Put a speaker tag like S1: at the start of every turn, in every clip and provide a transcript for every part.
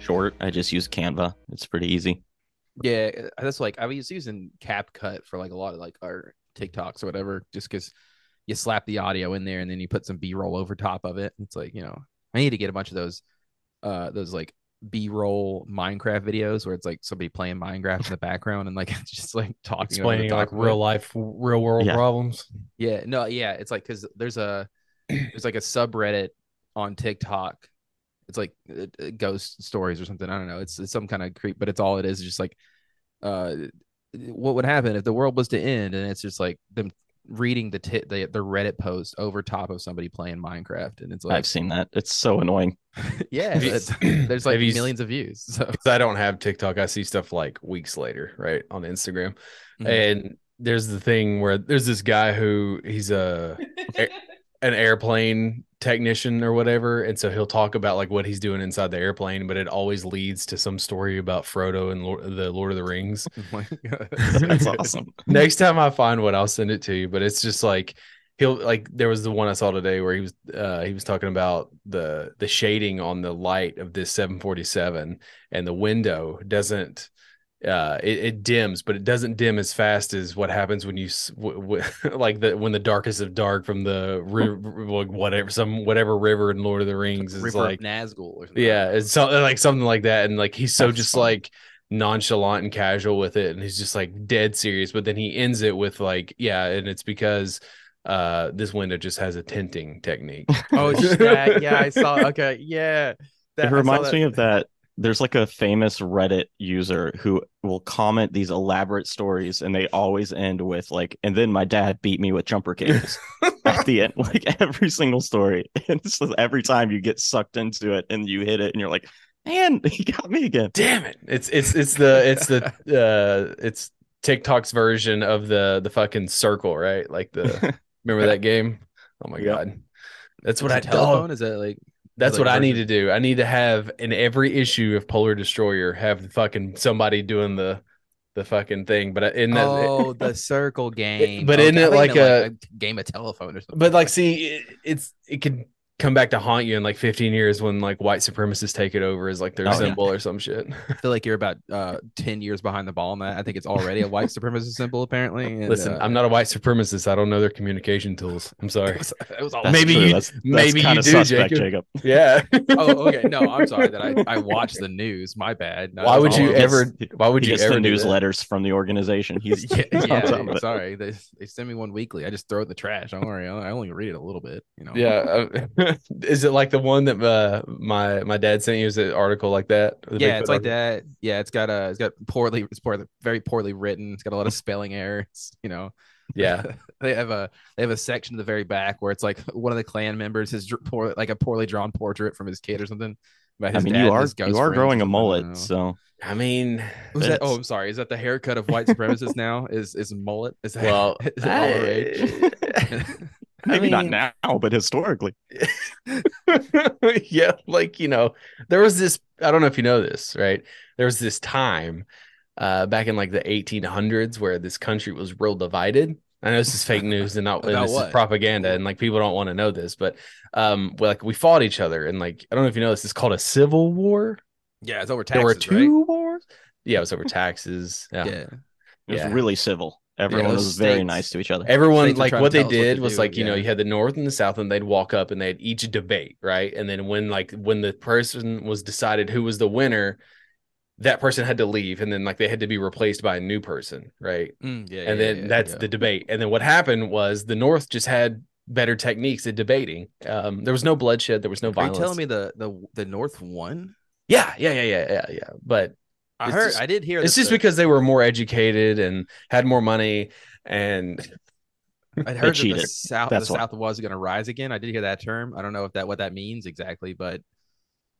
S1: short. I just use Canva. It's pretty easy.
S2: Yeah, uh, that's like I was using CapCut for like a lot of like our TikToks or whatever, just because you slap the audio in there and then you put some B roll over top of it. It's like you know, I need to get a bunch of those, uh, those like B roll Minecraft videos where it's like somebody playing Minecraft in the background and like it's just like talking,
S3: explaining
S2: over the
S3: like
S2: top of it.
S3: real life, real world
S1: Yeah.
S3: problems.
S2: Yeah, no, yeah, it's like because there's a there's like a subreddit on TikTok. It's like uh, uh, ghost stories or something. I don't know. It's, it's some kind of creep, but it's all it is. Just like, uh, what would happen if the world was to end? And it's just like them reading the tit the, the Reddit post over top of somebody playing Minecraft, and it's like,
S1: I've seen that. It's so annoying.
S2: yeah,
S3: Have you-
S2: it's, there's like
S3: have you s-
S2: millions of views. So
S3: 'Cause I don't have TikTok. I see stuff like weeks later, right on Instagram.
S2: Mhm.
S3: And there's the thing where there's this guy who he's a an airplane technician or whatever, and so he'll talk about like what he's doing inside the airplane, but it always leads to some story about Frodo and Lord, the Lord of the Rings.
S2: Oh my God.
S1: That's awesome.
S3: Next time I find one, I'll send it to you. But it's just like he'll like there was the one I saw today where he was uh he was talking about the the shading on the light of this 747 and the window doesn't uh it, it dims but it doesn't dim as fast as what happens when you s- w- w- like the when the darkest of dark from the ri- like whatever some whatever river in lord of the rings is
S2: River of
S3: like
S2: Nazgul or something.
S3: yeah, it's so, like something like that, and like he's so
S1: That's
S3: just
S1: funny.
S3: like nonchalant and casual with it, and he's just like dead serious. But then he ends it with like, yeah, and it's because uh this window just has a tinting technique.
S2: Oh, it's that. yeah, I saw. Okay, yeah. That- I
S1: it
S2: saw
S1: reminds
S2: that.
S1: me of that. There's like a famous Reddit user who will comment these elaborate stories, and they always end with like, "And then my dad beat me with jumper cables." at the end, like every single story, and so every time you get sucked into it, and you hit it, and you're like, "Man, he got me again."
S3: Damn it! It's it's it's the it's the uh it's TikTok's version of the the fucking circle, right? Like
S1: Uh,
S3: the remember that game? Oh my
S1: Yep.
S3: god. That's what
S2: Is
S3: I
S2: it telephone
S3: dog,
S2: is that like
S3: That's
S2: Like
S3: what I need to
S2: version.
S3: do. I need to have in every issue of Polar Destroyer have the fucking somebody doing the the fucking thing. But I- in that,
S2: oh, the circle game.
S3: but
S2: Okay,
S3: isn't
S2: I
S3: it
S2: thought you
S3: like
S2: meant, game of telephone or something?
S3: but like, see, it, it's it could come back to haunt you in like 15 years when like white supremacists take it over as like their
S1: Oh, yeah.
S3: symbol or some shit.
S2: I feel like you're about uh, ten years behind the ball on that. I think it's already a white supremacist symbol, apparently. and,
S3: Listen,
S2: uh,
S3: I'm not a white supremacist. I don't know their communication tools. I'm sorry.
S2: It was all.
S1: That's
S3: Maybe
S1: true.
S3: you-
S1: that's, that's
S3: maybe you
S1: kinda
S3: do,
S1: suspect,
S3: Jacob.
S1: Jacob.
S3: yeah.
S2: oh, okay. No, I'm sorry that I, I watched the news. My bad. No,
S3: Why
S2: it was all
S3: would you
S2: on-
S1: He
S3: ever?
S1: gets-
S3: Why would
S1: he
S3: you
S1: gets
S3: ever
S1: the
S3: do that?
S1: newsletters from the organization. He's
S2: Yeah,
S1: on
S2: yeah,
S1: top of
S2: I'm
S1: it.
S2: sorry. They, they send me one weekly. I just throw it in the trash. Don't worry. I I only read it a little bit. You know.
S3: Yeah, uh, is it like the one that uh, my my dad sent you? Is it an article like that? The
S2: Yeah, it's
S3: Bigfoot
S2: like
S3: article?
S2: that. Yeah, it's got a. It's got poorly. It's poorly, very poorly written. It's got a lot of spelling errors. You know.
S3: Yeah,
S2: they have a they have a section at the very back where it's like one of the clan members has dr- poor like a poorly drawn portrait from his kid or something. about
S1: I
S2: his
S1: mean,
S2: dad
S1: you
S2: and
S1: are
S2: his ghost
S1: you are
S2: friends
S1: growing
S2: or
S1: a
S2: something, I don't know.
S1: mullet, so
S3: I mean,
S2: Who's that? Oh,
S1: that's-
S2: I'm sorry. Is that the haircut of white supremacists now? Is is mullet? Is that,
S3: well,
S2: is that all the rage?
S1: maybe
S3: mean-
S1: not now, but historically.
S3: yeah, like you know, there was this. I don't know if you know this, right? There was this time uh, back in like the 1800s where this country was real divided. I know this is fake news and not and
S2: About
S3: this is
S2: what?
S3: propaganda, and like people don't want to know this, but um, well, like we fought each other, and like I don't know if you know this. It's called a civil war.
S2: Yeah, it's over
S3: there were
S2: taxes,
S3: two wars. Yeah, it was over taxes. Yeah.
S2: right? Yeah.
S1: It was
S3: Yeah.
S1: really civil. Everyone
S3: those
S1: was very
S2: states-
S1: nice to each other.
S3: Everyone
S2: States would
S3: like
S2: try to
S3: what they
S2: tell us what to
S3: did was
S2: do,
S3: like you know
S2: yeah.
S3: you had the north and the south and they'd walk up and they'd each debate right and then when like when the person was decided who was the winner that person had to leave and then like they had to be replaced by a new person right
S2: Mm, yeah.
S3: and
S2: yeah,
S3: then
S2: yeah,
S3: that's
S2: yeah.
S3: the debate and then what happened was the north just had better techniques at debating um there was no bloodshed there was no
S2: Are you
S3: violence
S2: telling me the the the North won?
S3: yeah yeah yeah yeah yeah yeah but I
S2: It's
S3: heard.
S2: just- I did hear.
S3: it's
S2: this,
S3: just
S2: though.
S3: because they were more educated and had more money, and
S2: I heard that the
S1: cheated.
S2: South
S1: That's
S2: the
S1: why.
S2: South was going to rise again. I did hear that term. I don't know if that what that means exactly, but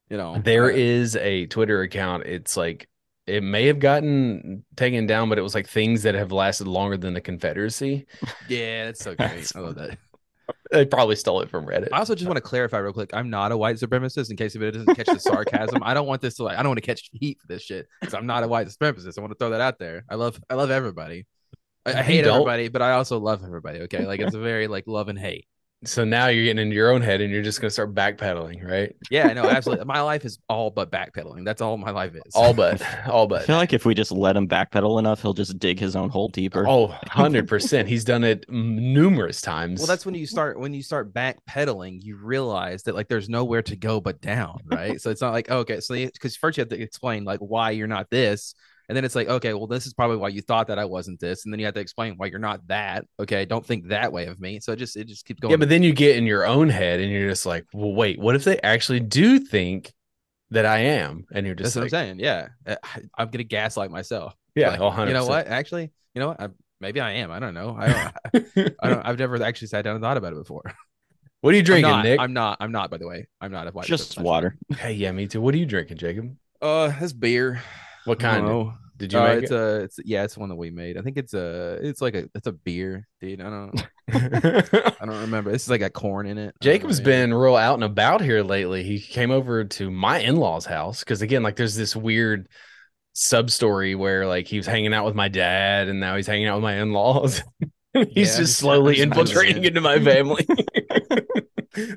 S2: you know
S3: There
S2: uh,
S3: is a Twitter account. It's like it may have gotten taken down, but it was like things that have lasted longer than the Confederacy.
S2: yeah, that's so great. I love that.
S3: They probably stole it from Reddit.
S2: I also just want to clarify real quick. I'm not a white supremacist. In case if it doesn't catch the sarcasm, I don't want this to like. I don't want to catch heat for this shit because I'm not a white supremacist. I want to throw that out there. I love I love everybody. I, I
S3: You
S2: hate
S3: don't.
S2: everybody, but I also love everybody. Okay, like it's a very like love and hate.
S3: So now you're getting into your own head, and you're just gonna start backpedaling, right?
S2: Yeah, I know absolutely. My life is all but backpedaling. That's all my life is.
S3: All but, all
S1: I
S3: but.
S1: feel like if we just let him backpedal enough, he'll just dig his own hole deeper.
S3: Oh, 100%. He's done it m- numerous times.
S2: Well, that's when you start when you start backpedaling, you realize that like there's nowhere to go but down, right? so it's not like okay, so because first you have to explain like why you're not this, and then it's like okay, well this is probably why you thought that I wasn't this, and then you have to explain why you're not that. Okay, don't think that way of me. So it just it just keeps going.
S3: yeah, but then you get in your own head, and you're just like, well, wait, what if they actually do think that I am? And you're
S2: that's
S3: just
S2: what
S3: like,
S2: I'm saying. Yeah, Uh, I, I'm gonna gaslight myself.
S3: yeah,
S2: Like,
S3: 100
S2: You know what? Actually, you know what? I, maybe I am. I don't know. I don't. I don't. I've never actually sat down and thought about it before.
S3: What are you drinking,
S2: I'm not,
S3: Nick?
S2: I'm not. I'm not. By the way, I'm not a white.
S1: just
S2: person.
S1: water.
S3: Hey, yeah, me too. What are you drinking, Jacob?
S2: Uh, that's beer. I
S3: What
S2: don't
S3: kind?
S2: know.
S3: Did you
S2: Uh,
S3: make
S2: it's
S3: it?
S2: a it's yeah, it's one that we made. I think it's a it's like a it's a beer, dude. I don't I don't remember. This is like got corn in it. I don't
S3: Jacob's
S2: know, yeah.
S3: been real out and about here lately. He came over to my in law's house because, again, like there's this weird sub story where like he was hanging out with my dad and now he's hanging out with my in laws. he's
S2: Yeah,
S3: just,
S2: just-
S3: slowly
S2: just
S3: infiltrating
S2: understand.
S3: into my family.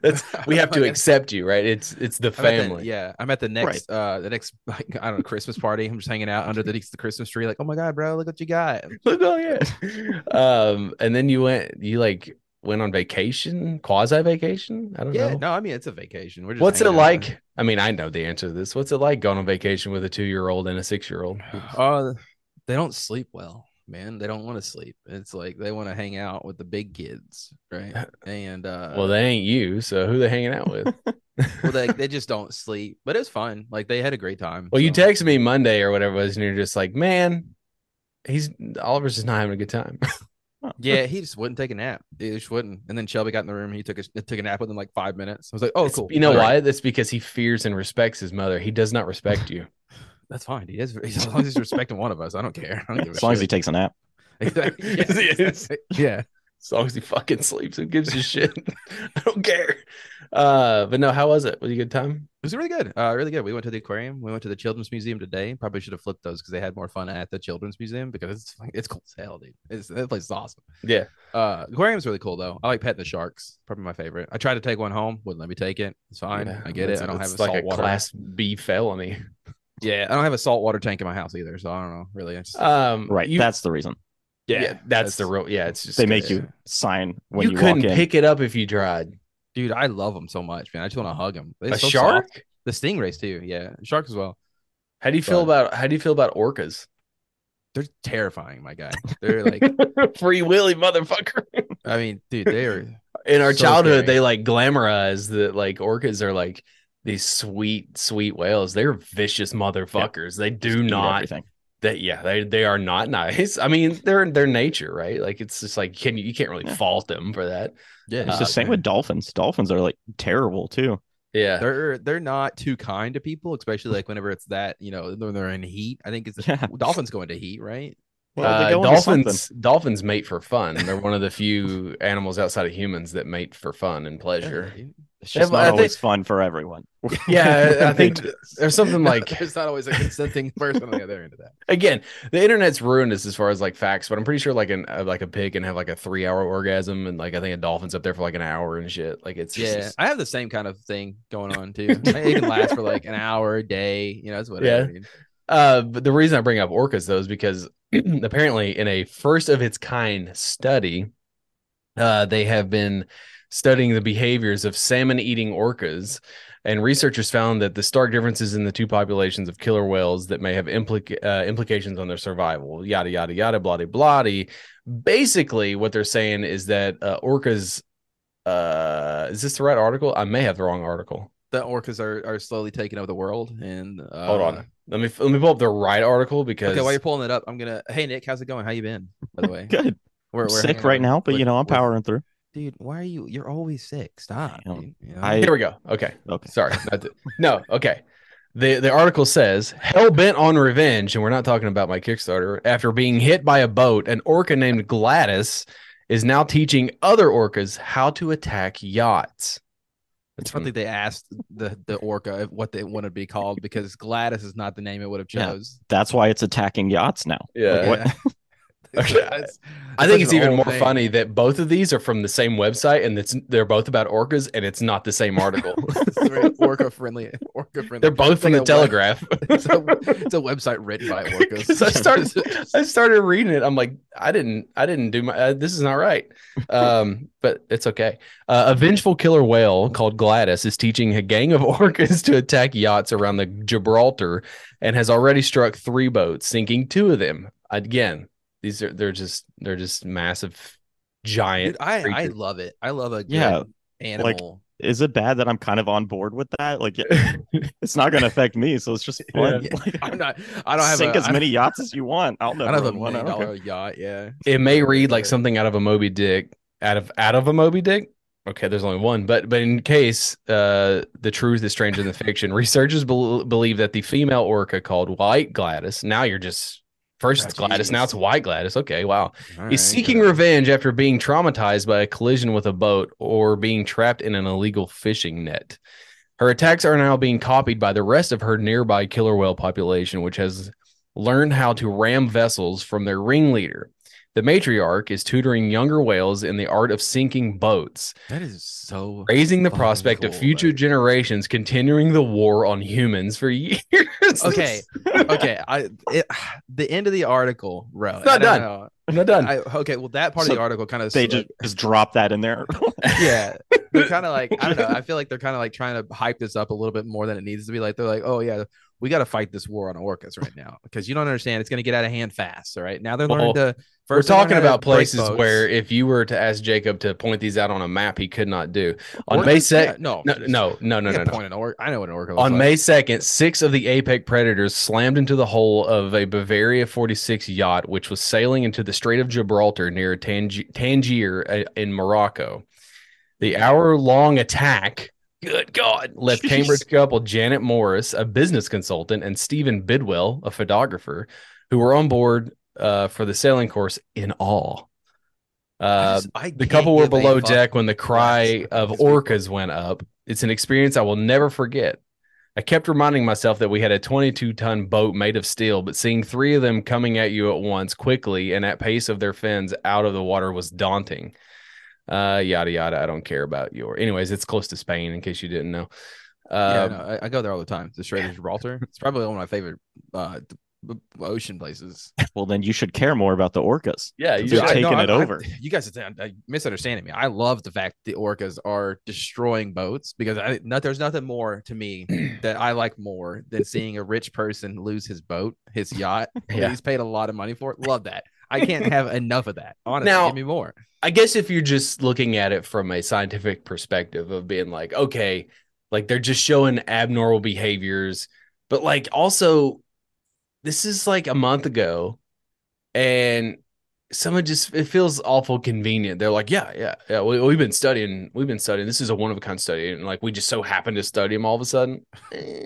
S3: That's we have to
S2: Okay.
S3: accept you, right? It's it's the
S2: I'm at the-
S3: family.
S2: yeah, I'm at the next uh the next like, I don't know Christmas party. I'm just hanging out under the, the Christmas tree, like oh my god, bro, look what you got.
S3: Look, oh yeah. um, and then you went you like went on vacation, quasi vacation. I don't
S2: Yeah,
S3: know.
S2: no, I mean it's a vacation. We're just
S3: What's it
S2: hanging out.
S3: like? I mean, I know the answer to this. What's it like going on vacation with a two year old and a six year old?
S2: Uh, they don't sleep well, man. They don't want to sleep. It's like they want to hang out with the big kids, right? And uh,
S3: Well, they ain't you, so who they hanging out with?
S2: well, they, they just don't sleep. But it's fun. Like they had a great time.
S3: well, you
S2: so.
S3: text me Monday or whatever it was, and you're just like, man, he's Oliver's just not having a good time.
S2: Yeah, he just wouldn't take a nap. He just wouldn't. And then Shelby got in the room. He took a took a nap within like five minutes. I was like, oh,
S3: It's-
S2: cool.
S3: You know
S2: All right.
S3: why? That's because he fears and respects his mother. He does not respect you.
S2: That's fine. He is as long as he's respecting one of us. I don't care. I don't give a
S1: As long as he
S2: shit.
S1: takes a nap.
S2: Exactly.
S3: Yes, he
S2: Yeah.
S3: is.
S2: yeah.
S3: As long as he fucking sleeps, who gives a shit? I don't care. Uh, but no, how was it? Was it a good time?
S2: It was really good. Uh, really good. We went to the aquarium. We went to the children's museum today. Probably should have flipped those because they had more fun at the children's museum because it's like it's cool as hell, dude. It's, that place is awesome.
S3: Yeah.
S2: Uh, aquarium's really cool though. I like petting the sharks. Probably my favorite. I tried to take one home. Wouldn't let me take it. It's fine.
S3: Yeah,
S2: I get
S3: it's-
S2: it. I don't have
S3: it's
S2: a
S3: like
S2: salt
S3: a
S2: water.
S3: class B felony.
S2: Yeah, I don't have a saltwater tank in my house either. So I don't know. Really, I just
S3: Um,
S1: Right.
S3: you-
S1: That's the reason.
S3: yeah, that's, the real. Yeah, it's just
S1: They make
S3: yeah.
S1: you sign when you,
S3: you
S1: walk
S3: couldn't
S1: in.
S3: pick it up if you tried.
S2: Dude, I love them so much, man. I just want to hug them.
S3: a shark?
S2: the stingrays too. Yeah, sharks as well.
S3: How do you feel
S2: But-
S3: about how do you feel about orcas?
S2: They're terrifying, my guy. They're like,
S3: Free Willy motherfucker.
S2: I mean, dude, they're
S3: In our
S2: So
S3: childhood,
S2: scary.
S3: they like glamorize that like orcas are like these sweet, sweet whales. They're vicious motherfuckers. They do
S1: Eat
S3: not
S1: everything.
S3: that yeah they they are not nice i mean they're their nature right like it's just like can you you can't really
S1: Yeah.
S3: fault them for that
S2: yeah,
S1: It's
S3: Uh,
S1: the same with dolphins. Dolphins are like terrible too.
S3: yeah
S2: They're they're not too kind to people, especially like whenever it's that you know when they're in heat. I think it's
S1: Yeah.
S2: dolphins go into heat, right?
S1: Well, they
S3: Uh,
S1: go into something.
S3: dolphins dolphins mate for fun they're one of the few animals outside of humans that mate for fun and pleasure
S2: dude.
S1: It's just
S3: Yeah, but
S1: not
S3: I
S1: always fun for everyone.
S3: yeah i think there's something like
S2: there's not always a consenting person on the other end of that.
S3: again the internet's ruined us as far as like facts but i'm pretty sure like an uh, like a pig can have like a three hour orgasm and like i think a dolphin's up there for like an hour and shit like it's just,
S2: Yeah, I have the same kind of thing going on too. It can last for like an hour, a day. You know, it's whatever. dude.
S3: Uh, but the reason I bring up orcas though is because apparently, in a first of its kind study, uh, they have been studying the behaviors of salmon eating orcas, and researchers found that the stark differences in the two populations of killer whales that may have implica- uh, implications on their survival. Yada yada yada, bloody bloody. Basically, what they're saying is that uh, orcas. Uh, is this the right article? I may have the wrong article.
S2: the orcas are, are slowly taking over the world. And uh,
S3: Hold on. Let me let me pull up the right article because
S2: Okay, while you're pulling it up, I'm gonna. Hey Nick, how's it going? How you been? By the way,
S1: Good.
S2: we're,
S1: I'm
S2: we're
S1: sick
S2: hanging
S1: right
S2: out
S1: now, but
S2: with-
S1: you know I'm
S2: with-
S1: powering through.
S2: Dude, why are you? You're always sick. Stop.
S1: Damn.
S2: dude. You know?
S1: I-
S3: here we go. Okay.
S1: Okay.
S3: Sorry. not th- no, okay. The the article says, hell bent on revenge, and we're not talking about my Kickstarter, after being hit by a boat, an orca named Gladys is now teaching other orcas how to attack yachts.
S2: I
S3: That's
S2: don't
S3: from-
S2: think they asked the the orca if- what they wanted to be called because Gladys is not the name it would have
S1: Yeah.
S2: chose.
S1: That's why it's attacking yachts now.
S3: yeah.
S1: What-
S3: Okay.
S2: That's-
S3: I
S2: that's
S3: think
S2: such
S3: it's
S2: an
S3: even
S2: old
S3: more
S2: thing.
S3: funny that both of these are from the same website and it's they're both about orcas and it's not the same article.
S2: It's very orca friendly. Orca friendly.
S3: they're both
S2: It's like a
S3: from the
S2: web-
S3: Telegraph.
S2: It's a, it's a website written by
S3: 'Cause
S2: orcas.
S3: I started I started reading it. I'm like, I didn't, I didn't do my. Uh, this is not right. Um, but it's okay. Uh, a vengeful killer whale called Gladys is teaching a gang of orcas to attack yachts around the Gibraltar, and has already struck three boats, sinking two of them. Again, these are they're just they're just massive, giant.
S2: Dude, I, I
S3: creatures.
S2: love it. I love a good
S1: Yeah,
S2: animal.
S1: Is it bad that I'm kind of on board with that? Like, it's not going to affect me, so it's just fun.
S2: Yeah.
S1: Like,
S2: I'm not. I don't have
S1: sink
S2: a,
S1: as
S2: I-
S1: many yachts as you want. I'll
S2: I
S1: never
S2: don't have a
S1: own one. I
S2: million
S1: don't care.
S2: dollar yacht. Yeah.
S3: it may read like something out of a Moby Dick, out of out of a Moby Dick. Okay, there's only one, but but in case uh, the truth is stranger than fiction, researchers bel believe that the female orca called White Gladys. Now you're just first it's
S2: Oh,
S3: Gladys,
S2: geez.
S3: now it's White Gladys. Okay, wow.
S2: All
S3: is
S2: right,
S3: seeking
S2: good.
S3: revenge after being traumatized by a collision with a boat or being trapped in an illegal fishing net. Her attacks are now being copied by the rest of her nearby killer whale population, which has learned how to ram vessels from their ringleader. The matriarch is tutoring younger whales in the art of sinking boats,
S2: That is so.
S3: raising the
S2: Fucking
S3: prospect of
S2: Oh, cool,
S3: future
S2: like-
S3: generations continuing the war on humans for years.
S2: Okay. okay. I it, the end of the article, bro.
S3: It's not
S2: I don't
S3: done.
S2: know.
S3: I'm not done.
S2: I, okay, well, that part
S1: So
S2: of the article kind of
S1: They just, just drop that in there.
S2: yeah, they're kind of like I don't know. I feel like they're kind of like trying to hype this up a little bit more than it needs to be. Like they're like, oh yeah, we got to fight this war on orcas right now because you don't understand. It's gonna get out of hand fast. All right, now they're learning
S3: Well,
S2: to. first they
S3: Oh, we're
S2: learned
S3: talking
S2: how to
S3: about
S2: break
S3: places
S2: boats.
S3: where if you were to ask Jacob to point these out on a map, he could not do. On
S2: Orcas?
S3: May
S2: Yeah,
S3: second,
S2: no,
S3: no, no, no, no,
S2: You
S3: no,
S2: can't
S3: no.
S2: point an orc- I know what an orca. looks
S3: On
S2: like.
S3: May second, six of the APEC predators slammed into the hull of a Bavaria 46 yacht, which was sailing into the Strait of Gibraltar near Tangi- Tangier uh, in Morocco. The hour-long attack. Good God! Left
S1: Jeez.
S3: Cambridge couple Janet Morris, a business consultant, and Stephen Bidwell, a photographer, who were on board uh, for the sailing course in awe.
S2: I
S3: Uh,
S2: just- I
S3: the
S2: can't
S3: couple were
S2: give a
S3: below
S2: fuck.
S3: deck when the cry of
S2: these people.
S3: orcas went up. It's an experience I will never forget. I kept reminding myself that we had a 22 ton boat made of steel, but seeing three of them coming at you at once quickly and at pace of their fins out of the water was daunting. Uh, yada yada. I don't care about your. Anyways, it's close to Spain in case you didn't know.
S2: Yeah,
S3: Uh,
S2: no, I, I go there all the time. The Strait of Gibraltar. It's probably one of my favorite uh, d- b- ocean places.
S1: well, then you should care more about the orcas.
S3: yeah,
S1: Dude,
S3: you
S1: They're
S2: I-
S3: should.
S1: taking
S2: I'm-
S1: it
S2: I'm-
S1: over.
S2: you guys are uh, misunderstanding me. I love the fact the orcas are destroying boats because I not, there's nothing more to me that I like more than seeing a rich person lose his boat, his yacht.
S3: Yeah.
S2: He's paid a lot of money for it. Love that. I can't have enough of that. Honestly,
S3: Now-
S2: give me more.
S3: I guess if you're just looking at it from a scientific perspective of being like, okay, like they're just showing abnormal behaviors, but like also, this is like a month ago, and someone just it feels awful convenient. They're like, yeah, yeah, yeah. We, we've been studying, we've been studying. This is a one of a kind study, and like we just so happen to study them all of a sudden. Eh.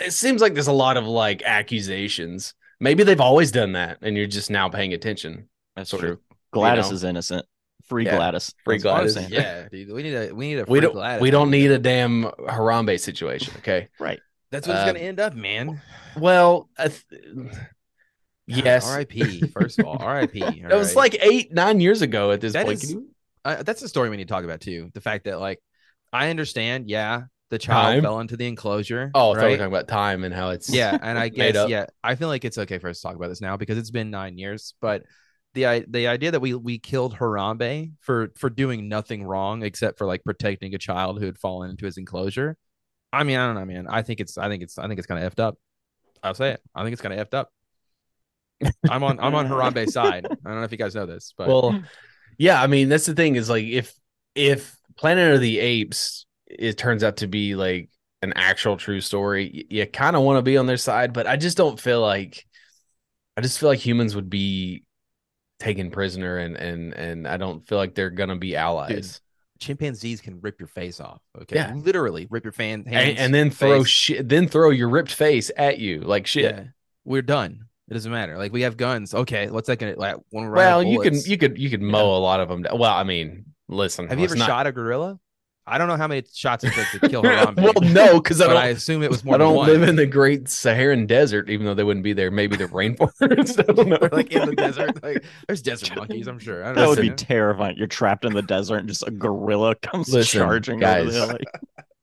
S3: It seems like there's a lot of like accusations. Maybe they've always done that, and you're just now paying attention.
S1: That's
S3: Sort of,
S1: Gladys
S3: you know.
S1: is innocent. Free
S3: Yeah.
S1: Gladys.
S3: Free
S1: That's what I'm
S3: Gladys.
S1: saying.
S2: yeah, dude. We need a we need a
S3: we
S2: free
S3: don't
S2: Gladys.
S3: we don't need a damn Harambe situation, okay?
S1: Right.
S2: That's what it's
S3: uh,
S2: gonna end up, man.
S3: well, I th- yes,
S2: R.I.P. First of all, R.I.P.
S3: that was like eight nine years ago at this
S2: That
S3: point.
S2: is-
S3: Can you-
S2: I, that's a story we need to talk about too. The fact that like I understand, yeah, the child
S3: Time.
S2: fell into the enclosure.
S3: oh, I thought we were
S2: right?
S3: talking about time and how it's
S2: yeah, and I
S3: made
S2: guess
S3: up.
S2: yeah, I feel like it's okay for us to talk about this now because it's been nine years. But the i- the idea that we we killed Harambe for for doing nothing wrong except for like protecting a child who had fallen into his enclosure. I mean, I don't know, man. I think it's I think it's I think it's kind of effed up. I'll say it. I think it's kind of effed up. I'm on I'm on Harambe's side. I don't know if you guys know this, but
S3: Well, yeah, I mean that's the thing is like if if Planet of the Apes it turns out to be like an actual true story, y- you kind of want to be on their side, but I just don't feel like I just feel like humans would be taken prisoner and and and I don't feel like they're going to be allies.
S2: Chimpanzees can rip your face off. Okay,
S3: Yeah.
S2: literally rip your fan hands.
S3: And, and then throw
S2: face.
S3: shit then throw your ripped face at you like shit.
S2: Yeah. We're done. It doesn't matter. Like we have guns. Okay, what's that gonna like? One round of
S3: Well, you can
S2: bullets.
S3: you could you could mow a lot of them. Well, I mean, listen.
S2: have you
S3: let's
S2: ever
S3: not-
S2: shot a gorilla? I don't know how many shots it took to kill Harambe.
S3: well, no, because I
S2: but
S3: don't.
S2: I
S3: I,
S2: assume it was more. than
S3: don't
S2: one.
S3: live in the Great Saharan Desert, even though they wouldn't be there. Maybe the rainforest. I don't know.
S2: Or, like in the desert. Like there's desert monkeys. I'm sure. I don't
S1: That
S2: know.
S1: would be
S2: you know?
S1: terrifying. You're trapped in the desert and just a gorilla comes
S3: Listen,
S1: charging over
S3: guys.
S1: the hill. Like,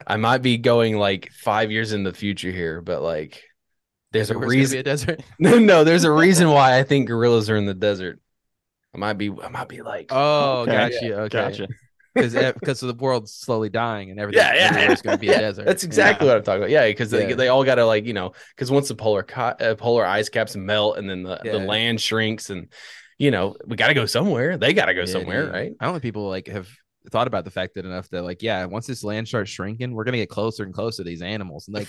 S3: I might be going like five years in the future here, but like, there's a
S2: Where's gonna be
S3: reason.
S2: a desert.
S3: No, no, there's a reason why I think gorillas are in the desert. I might be. I might be like.
S2: Oh,
S1: Okay.
S2: gotcha. Okay.
S1: Gotcha.
S2: because because the world's slowly dying and everything.
S3: Yeah, yeah,
S2: everywhere's going to be a
S3: yeah,
S2: desert.
S3: That's
S2: Yeah.
S3: exactly what I'm talking about. Yeah, because they,
S2: Yeah.
S3: they all got to like you know because once the polar co- uh, polar ice caps melt and then the, the
S2: Yeah.
S3: land shrinks and you know we got to go somewhere. They got to go
S2: Yeah,
S3: somewhere,
S2: dude.
S3: right?
S2: I don't think people like have thought about the fact that enough that like yeah, once this land starts shrinking, we're going to get closer and closer to these animals. And like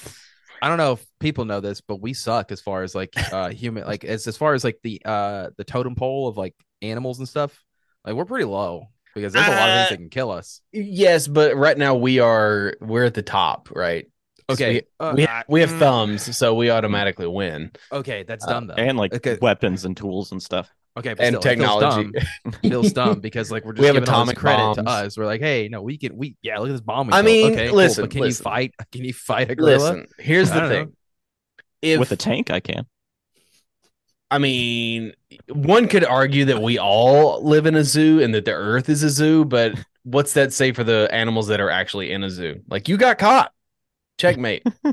S2: I don't know if people know this, but we suck as far as like uh human like as as far as like the uh the totem pole of like animals and stuff. Like we're pretty low because there's a lot of things
S3: Uh,
S2: that can kill us.
S3: Yes, but right now we are we're at the top, right?
S2: Okay,
S3: we,
S2: uh,
S3: we, ha- we have
S2: mm.
S3: thumbs, so we automatically win.
S2: Okay, that's
S3: Uh,
S2: dumb though.
S1: And like
S2: Okay.
S1: weapons and tools and stuff.
S2: Okay, but
S3: and
S2: still, it feels
S3: technology.
S2: dumb. It feels dumb because like we're just
S3: We have
S2: giving all this
S3: atomic
S2: credit to
S3: bombs.
S2: us. We're like, hey, no, we can we yeah, look at this bomb. We
S3: I
S2: built.
S3: mean,
S2: okay,
S3: listen,
S2: but can
S3: listen.
S2: you fight? Can you fight a gorilla?
S3: Listen, here's
S2: I
S3: the
S2: don't
S3: thing.
S2: know.
S3: If
S1: With a tank, I can.
S3: I mean, one could argue that we all live in a zoo and that the earth is a zoo, but what's that say for the animals that are actually in a zoo? Like you got caught. Checkmate.
S2: I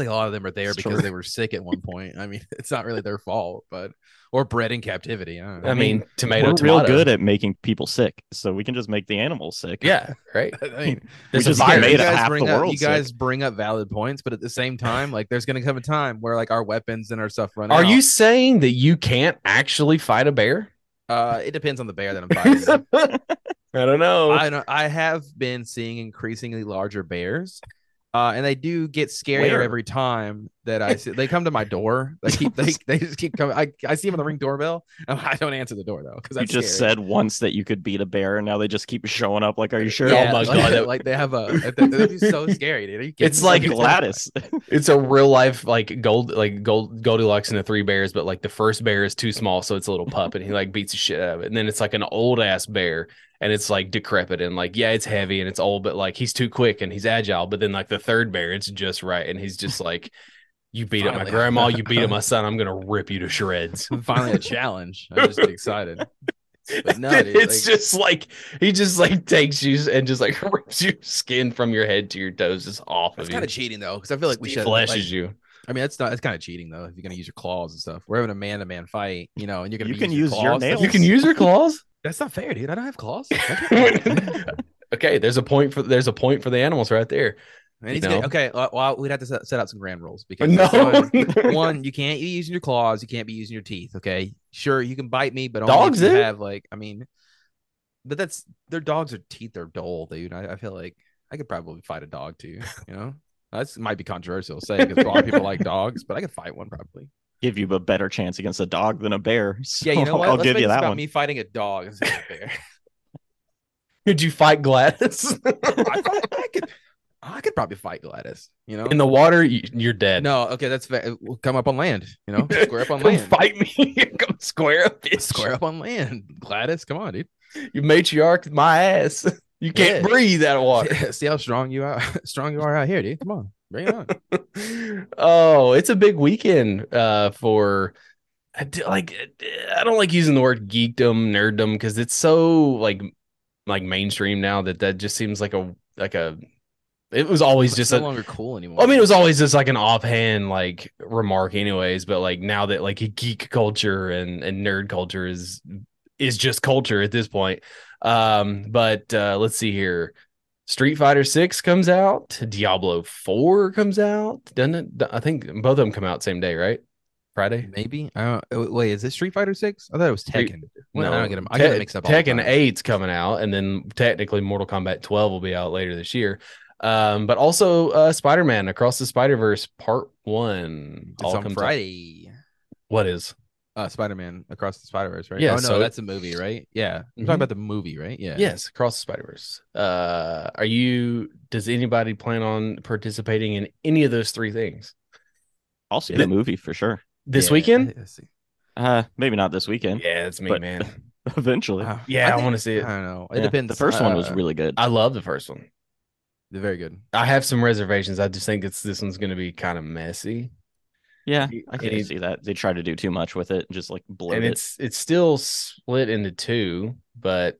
S2: think a lot of them are there
S1: It's
S2: because
S1: true.
S2: they were sick at one point. I mean, it's not really their fault, but or bred in captivity. I, don't know.
S3: I mean, tomato,
S1: We're
S3: tomato.
S1: real good at making people sick, so we can just make the animals sick.
S3: yeah, right.
S2: I mean,
S3: There's a
S1: just
S3: virus.
S1: made
S2: you
S1: it
S2: guys
S1: half
S2: bring
S1: the
S2: up,
S1: world
S2: You
S1: sick.
S2: guys bring up valid points, but at the same time, like there's gonna come a time where like our weapons and our stuff run
S3: Are
S2: out.
S3: you saying that you can't actually fight a bear?
S2: Uh, it depends on the bear that I'm
S3: I
S2: fighting.
S3: don't know.
S2: I know I have been seeing increasingly larger bears. Uh, and they do get scarier
S3: Where?
S2: every time that I see. They come to my door. They keep they, they just keep coming. I, I see them on the ring doorbell. And I don't answer the door though because
S1: You just said once that you could beat a bear, and now they just keep showing up. Like, are you sure?
S3: Oh Yeah. my
S2: like,
S3: God, that-
S2: Like they have a. They, would be so scary, dude. Are you kidding
S3: It's
S2: me?
S3: like
S1: Gladys.
S3: It's a real life like gold like gold Goldilocks and the three bears, but like the first bear is too small, so it's a little pup and he like beats the shit out of it. And then it's like an old ass bear and it's like decrepit and like yeah, it's heavy and it's old, but like he's too quick and he's agile. But then like the third bear, it's just right, and he's just like you beat up my
S2: Finally.
S3: grandma, you beat up my son, I'm gonna rip you to shreds.
S2: finally a challenge. I'm just excited. But no, dude,
S3: it's
S2: like-
S3: just like he just like takes you and just like rips your skin from your head to your toes, just off
S2: That's
S3: of
S2: kind
S3: you.
S2: of cheating though, because I feel like we should
S3: flashes
S2: like,
S3: you.
S2: I mean, that's not. That's kind of cheating though. If you're gonna use your claws and stuff, we're having a man-to-man fight, you know, and you're gonna
S1: You
S2: be
S1: can
S2: using
S1: use your
S2: claws. That's-
S1: nails.
S3: You can use your claws.
S2: That's not fair, dude. I don't have claws.
S3: okay, there's a point for there's a point for the animals right there.
S2: And
S3: You
S2: he's gonna-
S3: know?
S2: okay, uh, well, we'd have to set, set out some grand rules because
S3: No,
S2: one, one, you can't be using your claws, you can't be using your teeth. Okay, sure, you can bite me, but only
S3: Dogs
S2: if you
S3: do.
S2: have like, I mean, but that's their dogs are teeth are dull, dude. I, I feel like I could probably fight a dog too. You know, that's might be controversial to say because a lot of people like dogs, but I could fight one probably.
S1: give you a better chance against a dog than a bear. So
S2: Yeah, you know what?
S1: I'll
S2: Let's
S1: give
S2: make
S1: you
S2: this
S1: that
S2: about
S1: one.
S2: Me fighting a dog instead of a bear.
S3: Could you fight Gladys
S2: I, I could, I could probably fight Gladys. You know,
S3: in the water? you- You're dead.
S2: No, okay, that's fair. We'll Come up on land, you know, square up on
S3: Come
S2: land.
S3: fight me. Come square up. bitch.
S2: Square up on land, Gladys. Come on, dude.
S3: You matriarch my ass. You can't
S2: Yeah.
S3: breathe out of water.
S2: See, see how strong you are, strong you are out here, dude. Come on, bring it on.
S3: oh, it's a big weekend uh, for. I d- like I don't like using the word geekdom, nerddom, because it's so like like mainstream now that that just seems like a like a. It was always
S2: It's
S3: just
S2: no
S3: a,
S2: longer cool anymore.
S3: Well, I mean, it was always just like an offhand like remark, anyways. But like now that like geek culture and and nerd culture is is just culture at this point. Um, but uh, let's see here. Street Fighter Six comes out. Diablo Four comes out. Doesn't it? I think both of them come out same day, right? Friday.
S2: maybe. I don't- oh, wait, is this Street Fighter Six? I thought it was
S3: Street-
S2: Tekken. Well, I don't get them. I get
S3: Te-
S2: them mixed up. all the
S3: Tekken
S2: time.
S3: Eight's coming out, and then technically Mortal Kombat Twelve will be out later this year. Um, but also uh, Spider Man Across the Spider Verse Part One.
S2: It's on
S3: comes out-
S2: Friday.
S3: What is?
S2: Uh, Spider Man Across the Spider Verse, right?
S3: Yeah,
S2: Oh no,
S3: so-
S2: that's a movie, right? Yeah. I'm
S3: Mhm.
S2: talking about the movie, right? Yeah.
S3: Yes, Across the Spider Verse. Uh, are you? Does anybody plan on participating in any of those three things
S1: I'll see
S3: Yeah.
S1: the movie for sure.
S3: this
S2: Yeah,
S3: weekend?
S2: I- I see.
S1: Uh, maybe not this weekend.
S3: Yeah, it's me,
S1: But-
S3: man.
S1: Eventually,
S2: Uh,
S3: Yeah, I,
S2: think-
S3: want to see
S2: I
S3: it.
S2: don't know. It
S1: Yeah.
S2: depends.
S1: The first one was
S2: uh,
S1: really good.
S3: I love the first one.
S2: they're very good.
S3: I have some reservations. I just think it's this one's going to be kind of messy,
S1: yeah,
S3: you-
S1: I can
S3: any-
S1: see that they tried to do too much with it, and just like bloated.
S3: and it's it's still split into two. But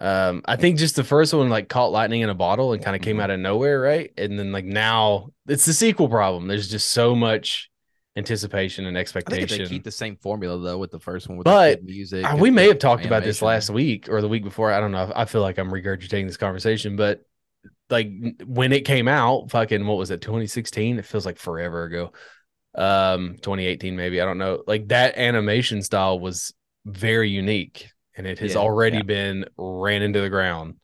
S3: um, I think just the first one like caught lightning in a bottle and kind of came
S2: Mhm.
S3: out of nowhere, right? And then like now it's the sequel problem. There's just so much anticipation and
S2: I think if they
S3: expectation.
S2: keep the same formula though with the first one with
S3: But,
S2: the good music.
S3: Uh,
S2: and
S3: we
S2: the
S3: may have talked about this
S2: animation.
S3: last week or the week before. I don't know. I feel like I'm regurgitating this conversation, but like when it came out, fucking what was it, 2016? It feels like forever ago. Um, 2018 maybe. I don't know. Like that animation style was very unique, and it has
S2: Yeah,
S3: already
S1: yeah.
S3: been ran into the ground.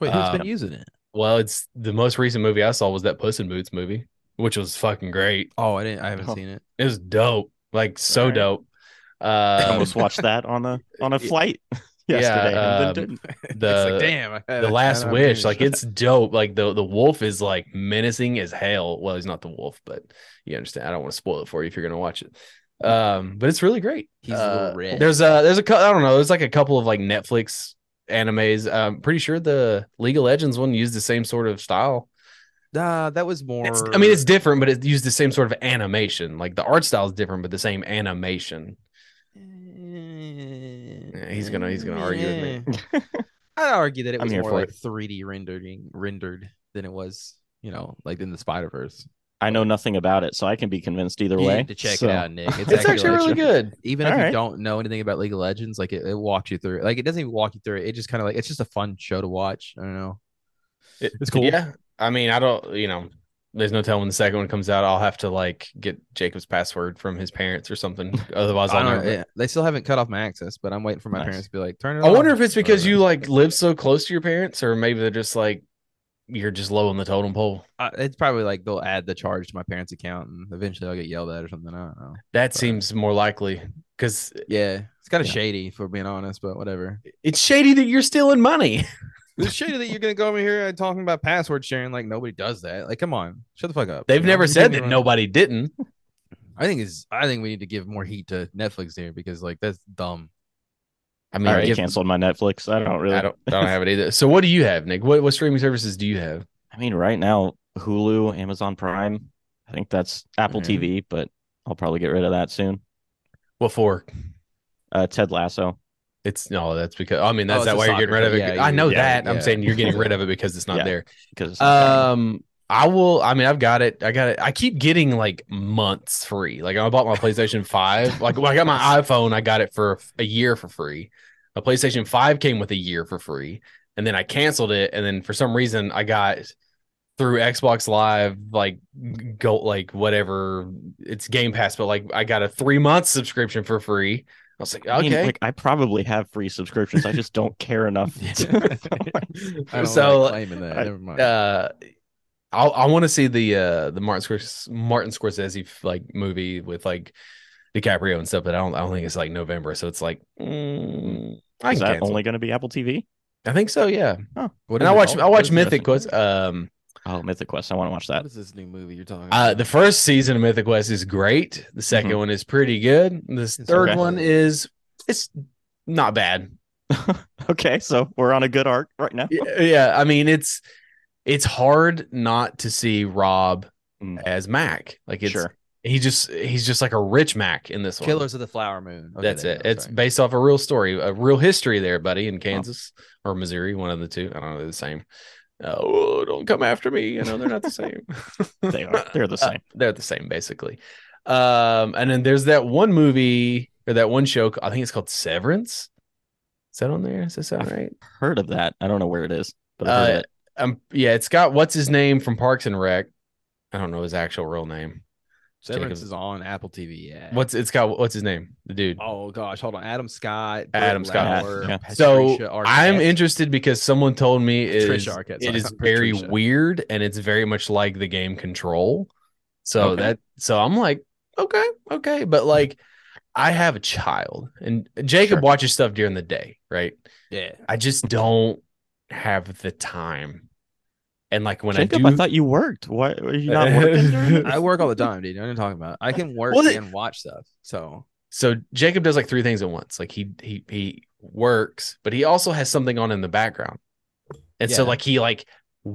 S2: Wait, who's
S3: Um,
S2: been using it?
S3: Well, it's the most recent movie I saw was that Puss in Boots movie, which was fucking great.
S2: Oh, I didn't. I haven't
S1: Oh.
S2: seen it.
S3: It was dope, like so
S1: Alright.
S3: dope.
S1: I
S2: um,
S3: Uh,
S1: almost watched that on a on a
S3: yeah,
S1: flight yesterday,
S2: uh,
S1: and then
S3: um,
S1: didn't.
S3: the-
S2: it's like, damn. I-
S3: the
S2: I
S3: last
S2: haven't
S3: wish
S2: finished.
S3: like it's dope like the the wolf is like menacing as hell well he's not the wolf but you understand i don't want to spoil it for you if you're gonna watch it um but it's really great
S2: He's a little
S3: Uh,
S2: red.
S3: there's a there's a cou- i don't know there's like a couple of like netflix animes i'm pretty sure the league of legends one used the same sort of style
S2: Nah, that was more.
S3: it's, i mean it's different but it used the same sort of animation like the art style is different but the same animation
S2: Yeah,
S3: he's gonna- he's gonna argue with
S2: me. I'd argue that it
S1: I'm
S2: was
S1: here
S2: more
S1: for
S2: like
S1: it.
S2: 3D rendering rendered than it was, you know, like in the Spider Verse.
S1: I know nothing about it, so I can be convinced either
S2: You
S1: way.
S2: need to check
S1: So,
S2: it out, Nick.
S1: It's
S3: it's, actually
S2: like-
S3: really good
S2: Even
S1: All
S2: if
S1: right.
S2: you don't know anything about League of Legends, like it, it walks you through. it. Like it doesn't even walk you through it. It just kind of like it's just a fun show to watch. I don't know.
S3: It-
S2: It's cool.
S3: Yeah. I mean, I don't, you know, there's no telling when the second one comes out. I'll have to like get Jacob's password from his parents or something. Otherwise,
S2: I
S3: I'll
S2: don't
S3: never.
S2: know. Yeah, They still haven't cut off my access, but I'm waiting for my
S1: Nice.
S2: parents to be like, turn it
S3: I
S2: on.
S3: wonder if it's because
S2: Whatever.
S3: you like live so close to your parents, or maybe they're just like you're just low on the totem pole.
S2: Uh, it's probably like they'll add the charge to my parents' account, and eventually I'll get yelled at or something. I don't know.
S3: That
S2: Right.
S3: seems more likely because
S2: Yeah, it's kind of
S1: Yeah.
S2: shady for being honest, but whatever.
S3: it's shady that you're stealing money.
S2: It's shady that you're gonna go over here and talking about password sharing. Like nobody does that. Like, come on, shut the fuck up.
S3: They've
S2: You know?
S3: never
S2: You
S3: said
S2: think
S3: that
S2: we're-
S3: nobody didn't.
S2: I think is. I think we need to give more heat to Netflix here because like that's dumb.
S3: I
S1: I
S3: mean,
S1: already
S3: if-
S1: canceled my Netflix. I don't really.
S3: I don't, I don't have it either. So, what do you have, Nick? What, what streaming services do you have?
S1: I mean, right now, Hulu, Amazon Prime. I think that's Apple
S3: Mhm.
S1: TV, but I'll probably get rid of that soon.
S3: What for?
S1: Uh, Ted Lasso.
S3: It's no, that's because I mean,
S2: Oh,
S3: that's
S2: it's
S3: that
S2: a
S3: why you're getting
S2: soccer
S3: rid of it.
S2: thing. Yeah,
S3: I know
S1: you-
S3: that.
S2: yeah,
S3: I'm
S2: yeah.
S3: saying you're getting rid of it because it's not
S1: Yeah.
S3: there.
S1: Because
S3: Um, I will. I mean, I've got it. I got it. I keep getting like months free. Like I bought my PlayStation Five. Like when I got my iPhone, I got it for a year for free. My PlayStation Five came with a year for free, and then I canceled it. And then for some reason, I got through Xbox Live, like go like whatever. It's Game Pass, but like I got a three month subscription for free. I was like,
S1: I
S3: okay.
S1: mean, like I probably have free subscriptions. I just don't care enough. to-
S2: I don't
S3: So,
S2: like claiming that.
S3: I-
S2: Never mind.
S3: uh I I want to see the uh the Martin Scors- Martin Scorsese like movie with like DiCaprio and stuff, but I don't I don't think it's like November, so it's like mm, I
S1: Is
S3: can
S1: that
S3: cancel.
S1: only going to be Apple TV?
S3: I think so, yeah.
S2: What
S3: And
S2: is
S3: I
S2: it
S3: watch
S2: called?
S3: I
S2: What
S3: watch
S2: is this?
S3: Mythic Quest. Um,
S1: Oh, Mythic Quest. I want to watch that.
S2: What is this new movie you're talking?
S3: uh,
S2: about?
S3: the first season of Mythic Quest is great. The 2nd
S1: Mhm.
S3: one is pretty good. This
S2: Mm-hmm. It's
S3: third
S1: okay.
S3: one is it's not bad.
S1: okay, so we're on a good arc right now.
S3: yeah, yeah, I mean it's it's hard not to see Rob
S1: Mm.
S3: as Mac. Like it's
S1: Sure.
S3: he just he's just like a rich Mac in this one.
S2: Killers of the Flower Moon. Okay,
S3: That's
S2: there
S3: it.
S2: you go,
S3: It's
S2: sorry.
S3: based off a real story, a real history there, buddy, in Kansas or Missouri, one of the two. I don't know, they're the same. Uh, oh, don't come after me. I know they're not the same.
S1: They are. They're the
S3: Uh,
S1: same.
S3: they're the same basically. Um, and then there's that one movie or that one show. I think it's called Severance. Is that on there? Is that sound
S1: I've
S3: right?
S1: Heard of that? I don't know where it is, but I've heard
S3: Uh,
S1: of it.
S3: um yeah, it's got what's his name from Parks and Rec. I don't know his actual real name.
S2: Severance
S3: Jacobs.
S2: is on Apple TV. Yeah.
S3: What's it's got? What's his name? The dude.
S2: Oh gosh, hold on. Adam Scott.
S3: Adam Scott.
S1: Yeah.
S3: so I'm interested because someone told me it is,
S2: Patricia Arquette,
S3: it
S2: sorry,
S3: is
S2: not
S3: very
S2: Patricia.
S3: weird and it's very much like the game Control. So
S1: Okay.
S3: that so I'm like okay okay, but like I have a child and Jacob
S1: Sure.
S3: watches stuff during the day, right?
S2: Yeah.
S3: I just don't have the time, and like when
S1: Jacob,
S3: I
S1: I,
S3: do,
S1: thought you worked. Why are you not working? during this?
S2: I work all the time, dude. I know what I'm talking about. I can work
S3: Well, it-
S2: and watch stuff. So
S3: so Jacob does like three things at once. Like he he he works, but he also has something on in the background. And so
S2: Yeah.
S3: like he like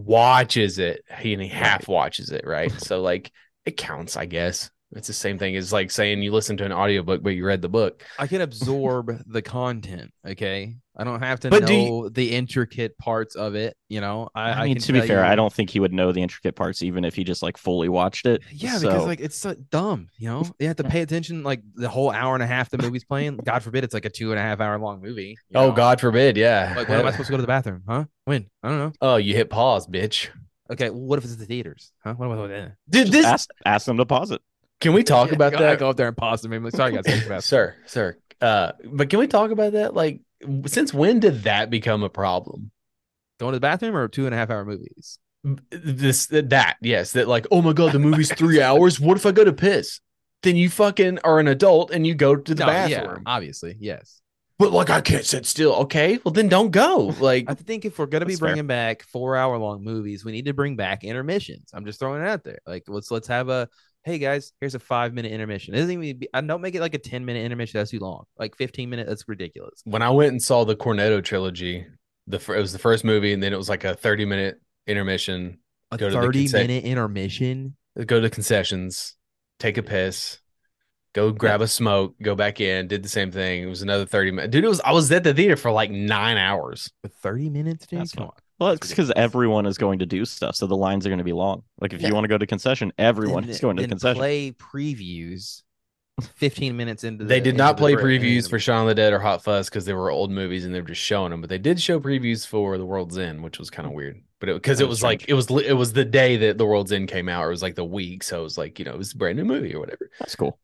S3: watches it. He and he half watches it, right? so like it counts, I guess. It's the same thing as like saying you listen to an audiobook but you read the book.
S2: I can absorb the content. Okay. I don't have to
S3: But do you-
S2: know the intricate parts of it. You know,
S1: I,
S2: I, I
S1: mean,
S2: can
S1: to be
S2: tell
S1: fair,
S2: you-
S1: I don't think he would know the intricate parts, even if he just like fully watched it.
S2: Yeah,
S1: So-
S2: because like it's so dumb, you know. You have to pay attention like the whole hour and a half the movie's playing. God forbid it's like a two and a half hour long movie. you
S3: Oh
S2: know?
S3: god forbid, yeah.
S2: Like when am I supposed to go to the bathroom? Huh? When? I don't know.
S3: oh, you hit pause, bitch.
S2: Okay, well, what if it's the theaters? Huh? What am I doing?
S3: Dude, this
S1: ask ask them to pause it.
S3: Ah, can we talk about
S2: I
S3: that?
S2: go up there and pause the movie. I'm like, Sorry, guys. take a bath.
S3: sir, sir. Uh but can we talk about that? Like w- since when did that become a problem?
S2: Going to the bathroom or two and a half hour movies?
S3: this that yes that like oh my god the movie's three hours what if i go to piss then you fucking are an adult and you go to the
S2: No, Oh, yeah,
S3: bathroom
S2: obviously, yes.
S3: but like i can't sit still okay well then don't go like
S2: I think if we're gonna be
S1: That's fair.
S2: bringing back four hour long movies, we need to bring back intermissions. I'm just throwing it out there. Like let's let's have a hey guys, here's a five minute intermission. It doesn't even be, I don't make it like a ten minute intermission. That's too long. Like fifteen minutes. That's ridiculous.
S3: when i went and saw the cornetto trilogy the fir- it was the first movie and then it was like a 30 minute intermission
S2: A
S3: Go to the
S2: thirty
S3: consec-
S2: minute intermission.
S3: go to concessions take a piss go grab a smoke go back in did the same thing it was another 30 minutes dude it was i was at the theater for like nine hours
S2: With thirty minutes, dude.
S1: That's
S2: Come on.
S1: Well,
S2: That's
S1: it's because everyone is going to do stuff, so the lines are going to be long. Like if
S2: Yeah.
S1: you want to go to concession, everyone
S2: Then-
S1: is going to
S2: then
S1: concession.
S2: Play previews. Fifteen minutes into
S3: They
S2: the-
S3: did
S2: into
S3: not
S2: the
S3: play
S2: break.
S3: previews for Shaun of the Dead or Hot Fuzz because they were old movies and they were just showing them. But they did show previews for The World's End, which was kind of weird. But because
S1: That
S3: it,
S1: was
S3: was like it was li- it was the day that The World's End came out, or it was like the week, so it was like you know it was a brand new movie or whatever.
S1: That's cool.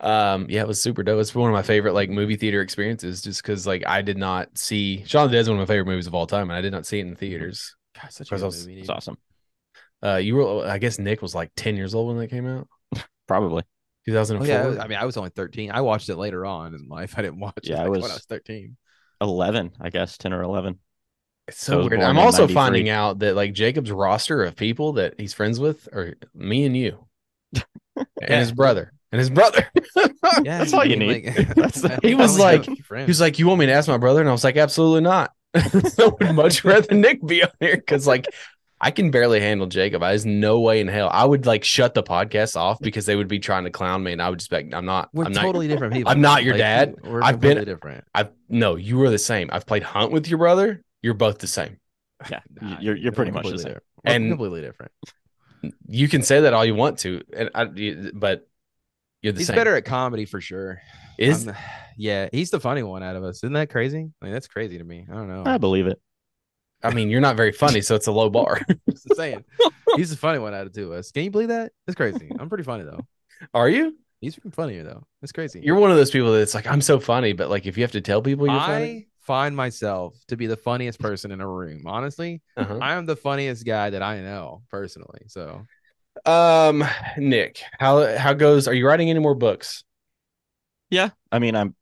S3: Um, yeah, it was super dope. It's one of my favorite like movie theater experiences, just because like I did not see Shaun of the Dead is one of my favorite movies of all time, and I did not see it in the theaters.
S2: Mm-hmm. God, such a
S3: Because
S2: good
S3: I was-
S2: movie, dude.
S1: It's awesome.
S3: Uh, you were I guess Nick was like ten years old when that came out,
S1: Probably.
S3: two thousand
S2: Oh,
S3: and
S2: yeah, I was- I
S3: four.
S2: mean, I was only thirteen. I watched it later on in life. I didn't watch it
S1: Yeah, I
S2: like, when I
S1: was-
S2: was thirteen.
S1: Eleven, I guess, ten or eleven.
S3: It's
S1: I
S3: so
S1: was
S3: weird.
S1: born
S3: I'm
S1: in
S3: also
S1: 93.
S3: finding out that like Jacob's roster of people that he's friends with are me and you, and his brother, and his brother.
S2: Yeah,
S1: That's
S2: I
S1: all you
S2: mean,
S1: need.
S2: like-
S1: That's-
S2: I
S3: he
S2: only
S3: was
S2: have
S3: like-
S2: a few
S3: he
S2: friends.
S3: was like, "You want me to ask my brother?" And I was like, "Absolutely not. I would much rather Nick be on here because like." I can barely handle Jacob. I, there's no way in hell. I would like shut the podcast off because they would be trying to clown me, and I would just be like, "I'm not.
S2: we're
S3: I'm not.
S2: totally different people.
S3: I'm not your dad.
S2: We're
S3: I've been-
S2: completely different.
S3: I no. You were the same. I've played hunt with your brother. You're both the same.
S1: Yeah,
S2: Nah,
S1: y- you're you're
S2: we're
S1: pretty much the
S2: completely
S1: same.
S2: different. We're
S3: And-
S2: completely different.
S3: you can say that all you want to, and I, you- but you're the
S2: He's
S3: same.
S2: better at comedy for sure.
S3: Is
S2: I'm- yeah, he's the funny one out of us. Isn't that crazy? I mean, that's crazy to me. I don't know.
S3: Ah.
S1: I believe it.
S3: I mean, you're not very funny, so it's a low bar.
S2: just saying. He's the funny one out of two of us. Can you believe that? That's crazy. I'm pretty funny though.
S3: Are you?
S2: He's even funnier though. That's crazy.
S3: You're one of those people that's like, I'm so funny, but like if you have to tell people you're funny,
S2: I find myself to be the funniest person in a room. Honestly,
S3: uh-huh.
S2: I am the funniest guy that I know personally. So
S3: um, Nick, how how goes? Are you writing any more books?
S1: Yeah, I mean, I'm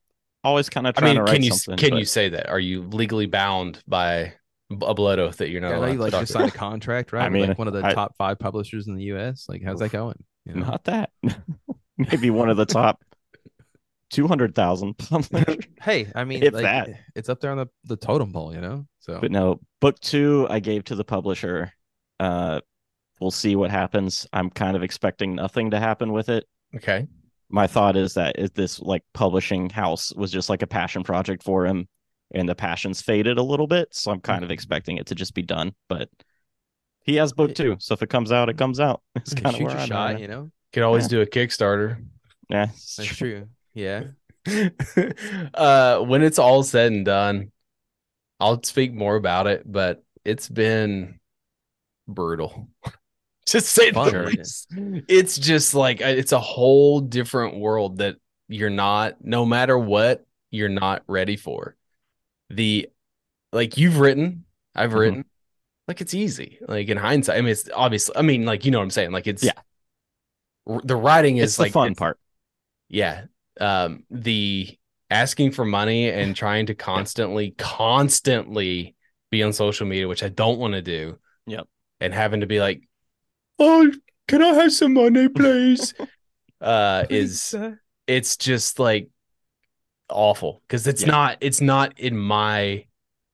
S1: always kind of
S3: I
S1: trying
S3: mean,
S1: to write
S3: can you
S1: something.
S3: can
S1: but
S3: you say that? Are you legally bound by a blood oath that you're
S2: I
S3: not
S2: know
S3: allowed
S2: you
S3: to
S2: like
S3: talk
S2: just signed a contract, right?
S1: I
S2: with,
S1: mean,
S2: like one of the
S1: I-
S2: top five publishers in the U.S. Like, how's that going? You know?
S1: Not that. Maybe one of the top two hundred thousand.
S2: Hey, I mean,
S1: If
S2: like,
S1: that.
S2: it's up there on the, the totem pole, you know.
S3: Oh.
S2: So
S1: but no book two i gave to the publisher uh we'll see what happens i'm kind of expecting nothing to happen with it
S3: Okay,
S1: my thought is that is this like publishing house was just like a passion project for him and the passions faded a little bit so i'm
S3: Mm-hmm.
S1: kind of expecting it to just be done but he has book two so if it comes out it comes out it's
S2: Hey,
S1: kind of
S2: shoot
S1: where
S2: your
S1: i'm
S2: shot,
S1: at.
S2: you know.
S3: could always do a Kickstarter.
S1: yeah it's
S2: That's
S1: true.
S2: true. Yeah.
S3: uh when it's all said and done i'll speak more about it but it's been brutal Just say
S2: Fun,
S3: the
S2: right?
S3: least. It's just like uh, it's a whole different world that you're not. No matter what, you're not ready for. The like you've written, I've
S1: Mhm.
S3: written. Like it's easy. Like in hindsight, I mean, it's obviously. I mean, like you know what I'm saying. Like it's
S1: Yeah.
S3: r- The writing is
S1: It's the
S3: like
S1: fun
S3: it's-
S1: part.
S3: yeah um the asking for money and trying to constantly constantly be on social media which i don't want to do
S1: Yep.
S3: and having to be like oh can i have some money please uh is it's just like awful because it's
S1: Yeah.
S3: not it's not in my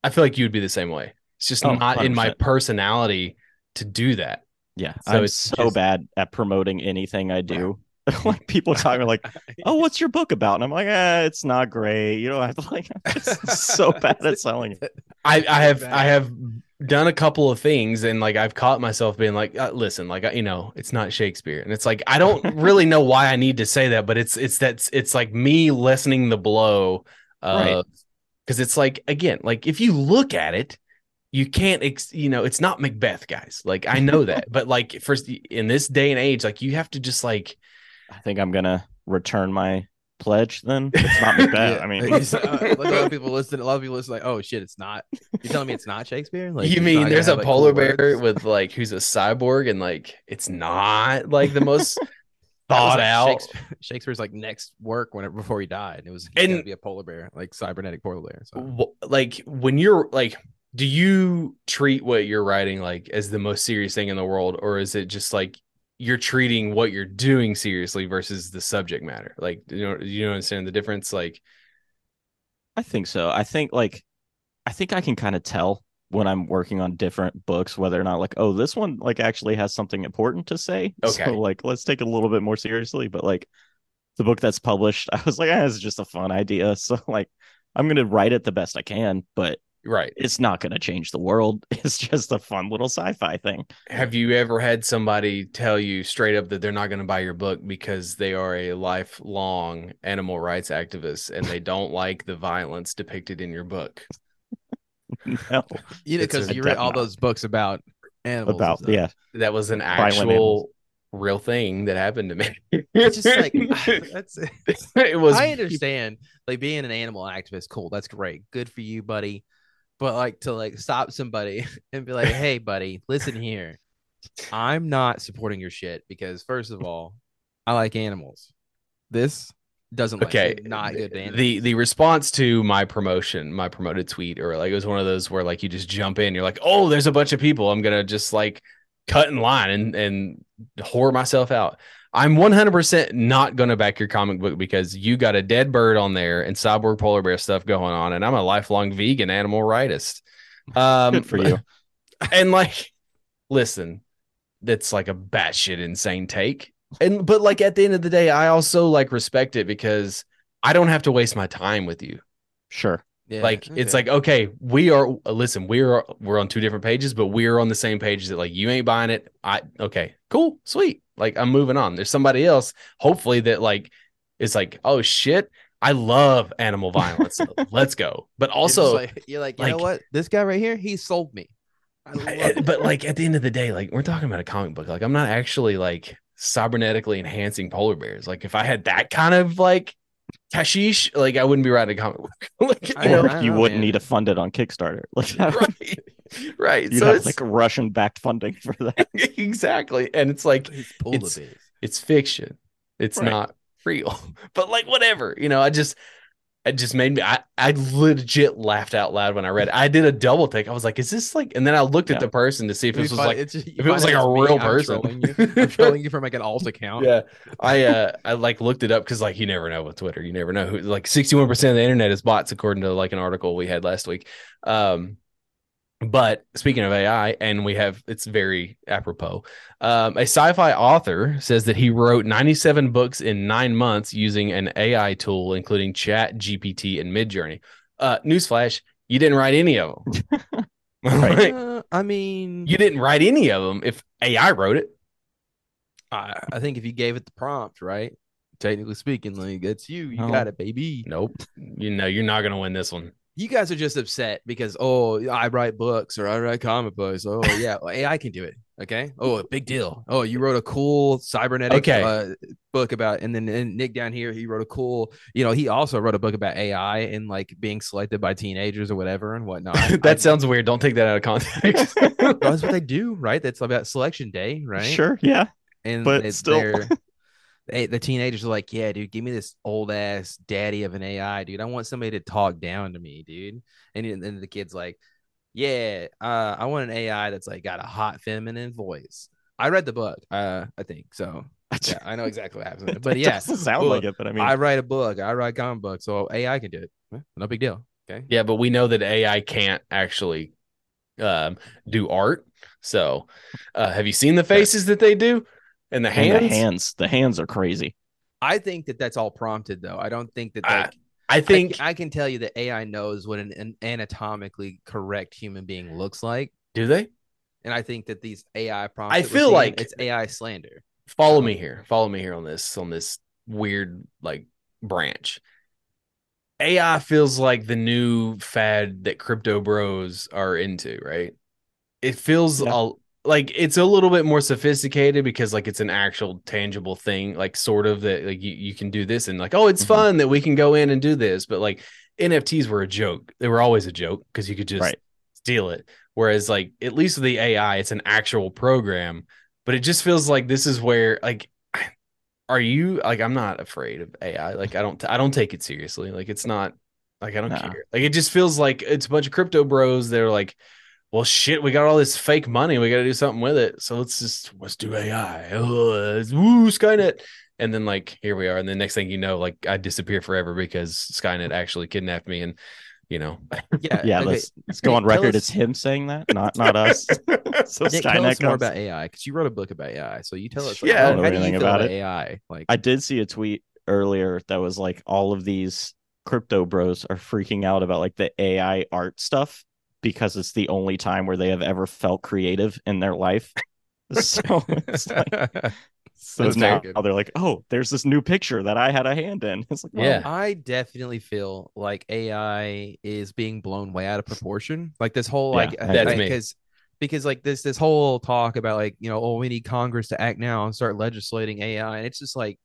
S3: i feel like you would be the same way it's just
S1: Oh,
S3: not in my
S1: 100%.
S3: personality to do that
S1: Yeah,
S3: So
S1: I'm
S3: it's
S1: so
S3: just-
S1: bad at promoting anything I do. like people talk me like, "Oh, what's your book about?" And I'm like, eh, "It's not great." You know, I'm like, I'm just so bad at selling it.
S3: I, I have
S2: Back.
S3: I have done a couple of things and like I've caught myself being like uh, listen like I- you know it's not Shakespeare and it's like I don't really know why I need to say that but it's it's that's it's like me lessening the blow
S1: Right.
S3: uh because it's like again like if you look at it you can't ex- you know it's not Macbeth guys like I know that but like first in this day and age like you have to just like
S1: I think I'm gonna return my pledge. Then it's not me bad.
S2: Yeah,
S1: I
S2: like,
S1: mean,
S2: it's- uh, like, a lot of people listen. A lot of people listen. Like, oh shit, it's not. You're telling me it's not Shakespeare? Like,
S3: you
S2: it's not
S3: mean
S2: gonna
S3: there's a
S2: have, like, cool
S3: polar bear
S2: words?
S3: with like who's a cyborg and like it's not like the most
S2: That was,
S3: thought
S2: like,
S3: out
S2: Shakespeare- Shakespeare's like next work whenever before he died, and it was
S3: And-
S2: going to be a polar bear, like cybernetic polar bear. So
S3: Wh- like when you're like do you treat what you're writing like as the most serious thing in the world or is it just like you're treating what you're doing seriously versus the subject matter like you know you know understand the difference like
S1: I think so. I think like I think I can kind of tell when I'm working on different books whether or not like oh this one like actually has something important to say.
S3: Okay.
S1: So like let's take it a little bit more seriously, but like the book that's published, I was like, ah, it's just a fun idea. So like I'm going to write it the best I can, but
S3: right
S1: it's not going to change the world. It's just a fun little sci-fi thing.
S3: have you ever had somebody tell you straight up that they're not going to buy your book because they are a lifelong animal rights activist and they don't like the violence depicted in your book
S1: No,
S2: you know,
S3: It's
S2: because
S1: a
S2: you read all
S1: definite.
S2: those books about animals.
S1: about
S2: and stuff.
S1: yeah.
S3: that was an
S1: Violent animals.
S3: actual real thing that happened to me
S2: It's just like that's.
S3: it was
S2: I understand like being an animal activist. Cool, that's great. Good for you, buddy. But like to like stop somebody and be like, "Hey, buddy, listen here. I'm not supporting your shit because first of all, I like animals. This doesn't like
S3: okay
S2: okay. not good to animals.
S3: the the response to my promotion my promoted tweet or like it was one of those where like you just jump in you're like oh there's a bunch of people i'm gonna just like cut in line and and whore myself out i'm 100% not gonna back your comic book because you got a dead bird on there and cyborg polar bear stuff going on and i'm a lifelong vegan animal rightist um
S1: Good for you.
S3: and like listen that's like a batshit insane take and but like at the end of the day i also like respect it because i don't have to waste my time with you
S1: Sure.
S2: Yeah,
S3: like it's
S2: okay.
S3: like okay we are listen we are we're on two different pages but we're on the same page that like you ain't buying it i okay cool sweet like i'm moving on there's somebody else hopefully that like is like oh shit i love animal violence let's go but
S2: It's just
S3: also
S2: like, you're like, you know
S3: like-
S2: what? This guy right here, he sold me. I love
S3: I-
S2: it.
S3: but like at the end of the day, like we're talking about a comic book. Like I'm not actually like cybernetically enhancing polar bears. Like if I had that kind of like cashish, like I wouldn't be writing a comic book. like, you
S2: I
S3: know,
S1: or
S2: don't
S1: you
S2: know, Oh,
S1: wouldn't
S2: man.
S1: need to fund it on Kickstarter. Like that would-
S3: right, right.
S1: you'd
S3: so
S1: have
S3: it's
S1: like Russian backed funding for that.
S3: exactly, and it's like
S2: He's polar
S3: it's-
S2: bears.
S3: it's fiction. It's
S1: Right.
S3: not real. But like whatever, you know, I just it just made me I, I legit laughed out loud when I read it. I did a double take. I was like, is this like and then I looked at
S1: Yeah.
S3: the person to see if
S2: It'd be
S3: this was
S2: funny-
S3: like
S2: it's just- you
S3: if it was
S2: find
S3: like
S2: out
S3: a
S2: it's me,
S3: real
S2: I'm
S3: person.
S2: trolling you. I'm trolling you from like an alt account.
S3: Yeah, I uh, I like looked it up because like you never know with Twitter, you never know who like sixty one percent of the internet is bots according to like an article we had last week. Um, but speaking of AI, and we have it's very apropos. Um, a sci-fi author says that he wrote ninety seven books in nine months using an AI tool, including Chat GPT and Midjourney. Uh, newsflash: you didn't write any of them.
S1: Right.
S2: Uh, I mean,
S3: You didn't write any of them if AI wrote it.
S2: I, I think if you gave it the prompt, right? Technically speaking, like that's you. You
S1: No.
S2: got it, baby.
S3: Nope. You know you're not gonna win this one.
S2: You guys are just upset because oh, I write books or I write comic books. Oh yeah, well, AI can do it. Okay. Oh, a big deal. Oh, you wrote a cool cybernetic
S3: Okay.
S2: uh, book about, and then and Nick down here, he wrote a cool, you know, he also wrote a book about AI and like being selected by teenagers or whatever and whatnot.
S3: that sounds weird. Don't take that out of context.
S2: I- that's what they do, right? That's about selection day, right?
S1: Sure. Yeah.
S2: and
S1: but
S2: they-
S1: still.
S2: they're- they, the teenagers are like, "Yeah, dude, give me this old ass daddy of an AI, dude. I want somebody to talk down to me, dude." And then- then the kid's like, "Yeah, uh, I want an AI that's like got a hot feminine voice." I read the book, uh, I think so. Yeah, I know exactly what happens, but
S1: It
S2: yeah,
S1: doesn't sound
S2: look,
S1: like it, but I mean,
S2: I write a book, I write comic books, so AI can do it. Huh, No big deal. Okay,
S3: yeah, but we know that AI can't actually um, do art. So, uh, have you seen the faces that they do and the
S1: and
S3: hands?
S1: the hands, the hands are crazy.
S2: I think that that's all prompted, though. I don't think that
S3: I
S2: like,
S3: I
S2: I think
S3: think,
S2: I, can tell you that AI knows what an, an anatomically correct human being looks like,
S3: do they?
S2: and I think that these AI prompts.
S3: I
S2: that we're
S3: feel
S2: seeing,
S3: like-
S2: it's AI slander.
S3: Follow me here. Follow me here on this on this weird like branch. AI feels like the new fad that crypto bros are into, right? It feels
S1: Yeah.
S3: a, like it's a little bit more sophisticated because like it's an actual tangible thing, like sort of that like you, you can do this and like, oh, it's
S1: Mhm.
S3: fun that we can go in and do this. But like NFTs were a joke. They were always a joke because you could just
S1: Right.
S3: steal it. Whereas like at least with the AI, it's an actual program. But it just feels like this is where like are you like I'm not afraid of AI. Like I don't I don't take it seriously. Like it's not like I don't
S1: Nah.
S3: care. Like it just feels like it's a bunch of crypto bros that are like, well shit, we got all this fake money. We gotta do something with it. So let's just let's do AI. Oh, it's- woo, Skynet. And then like here we are. And the next thing you know, like I disappear forever because Skynet actually kidnapped me and you know
S2: Yeah,
S1: Yeah.
S2: okay.
S1: Let's, let's go on
S2: Nick, tell
S1: record.
S2: us-
S1: It's him saying that, not not us. so
S2: Nick, tell us
S1: Skynet
S2: more
S1: comes.
S2: about AI because you wrote a book about AI, so you tell us. Like,
S3: Yeah, I
S2: yeah,
S3: don't
S1: know
S2: how do you
S1: anything
S2: feel
S1: about
S2: about
S1: it.
S2: AI? Like,
S1: I did see a tweet earlier that was like all of these crypto bros are freaking out about like the AI art stuff because it's the only time where they have ever felt creative in their life. So it's like so
S2: That's
S1: now
S2: very good.
S1: they're like, oh, there's this new picture that I had a hand in. It's like, well,
S3: Yeah.
S2: I definitely feel like AI is being blown way out of proportion. Like this whole
S1: Yeah,
S2: like
S1: I
S3: That's
S2: I-
S3: me.
S2: because because like this this whole talk about like you know oh we need Congress to act now and start legislating AI and it's just like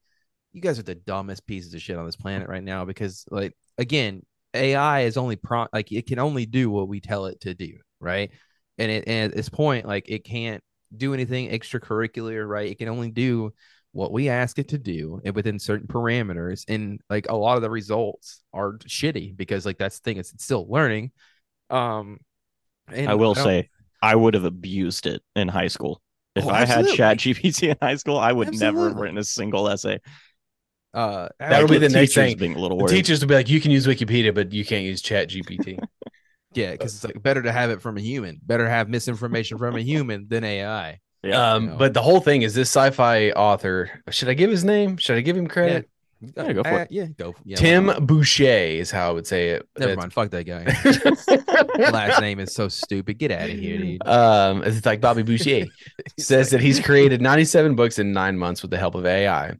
S2: you guys are the dumbest pieces of shit on this planet right now because like again AI is only pro like it can only do what we tell it to do right and it and at this point like it can't do anything extracurricular right it can only do what we ask it to do and within certain parameters and like a lot of the results are shitty because like that's the thing it's, it's still learning um and
S1: I will
S2: don't-
S1: say I would have abused it in high school. If
S2: Oh,
S1: I had
S2: absolutely.
S1: Chat GPT in high school, I would never have
S2: Absolutely.
S1: written a single essay.
S2: uh
S3: That'll
S2: like,
S3: be the next
S1: teachers
S3: thing.
S1: Being a little
S3: the
S1: worried.
S3: teachers will be like, you can use Wikipedia, but you can't use Chat GPT.
S2: yeah because it's like better to have it from a human better have misinformation from a human than ai
S1: Yeah.
S3: um,
S2: Yeah.
S3: but the whole thing is this sci-fi author. Should I give his name? Should I give him credit?
S1: Yeah, go for
S2: Uh, yeah go yeah, why
S3: Tim
S2: not?
S3: Boucher is how I would say it.
S2: never
S3: That's-
S2: mind fuck that guy last name is so stupid get out of here dude
S3: um, it's like Bobby Boucher says that he's created 97 books in nine months with the help of AI.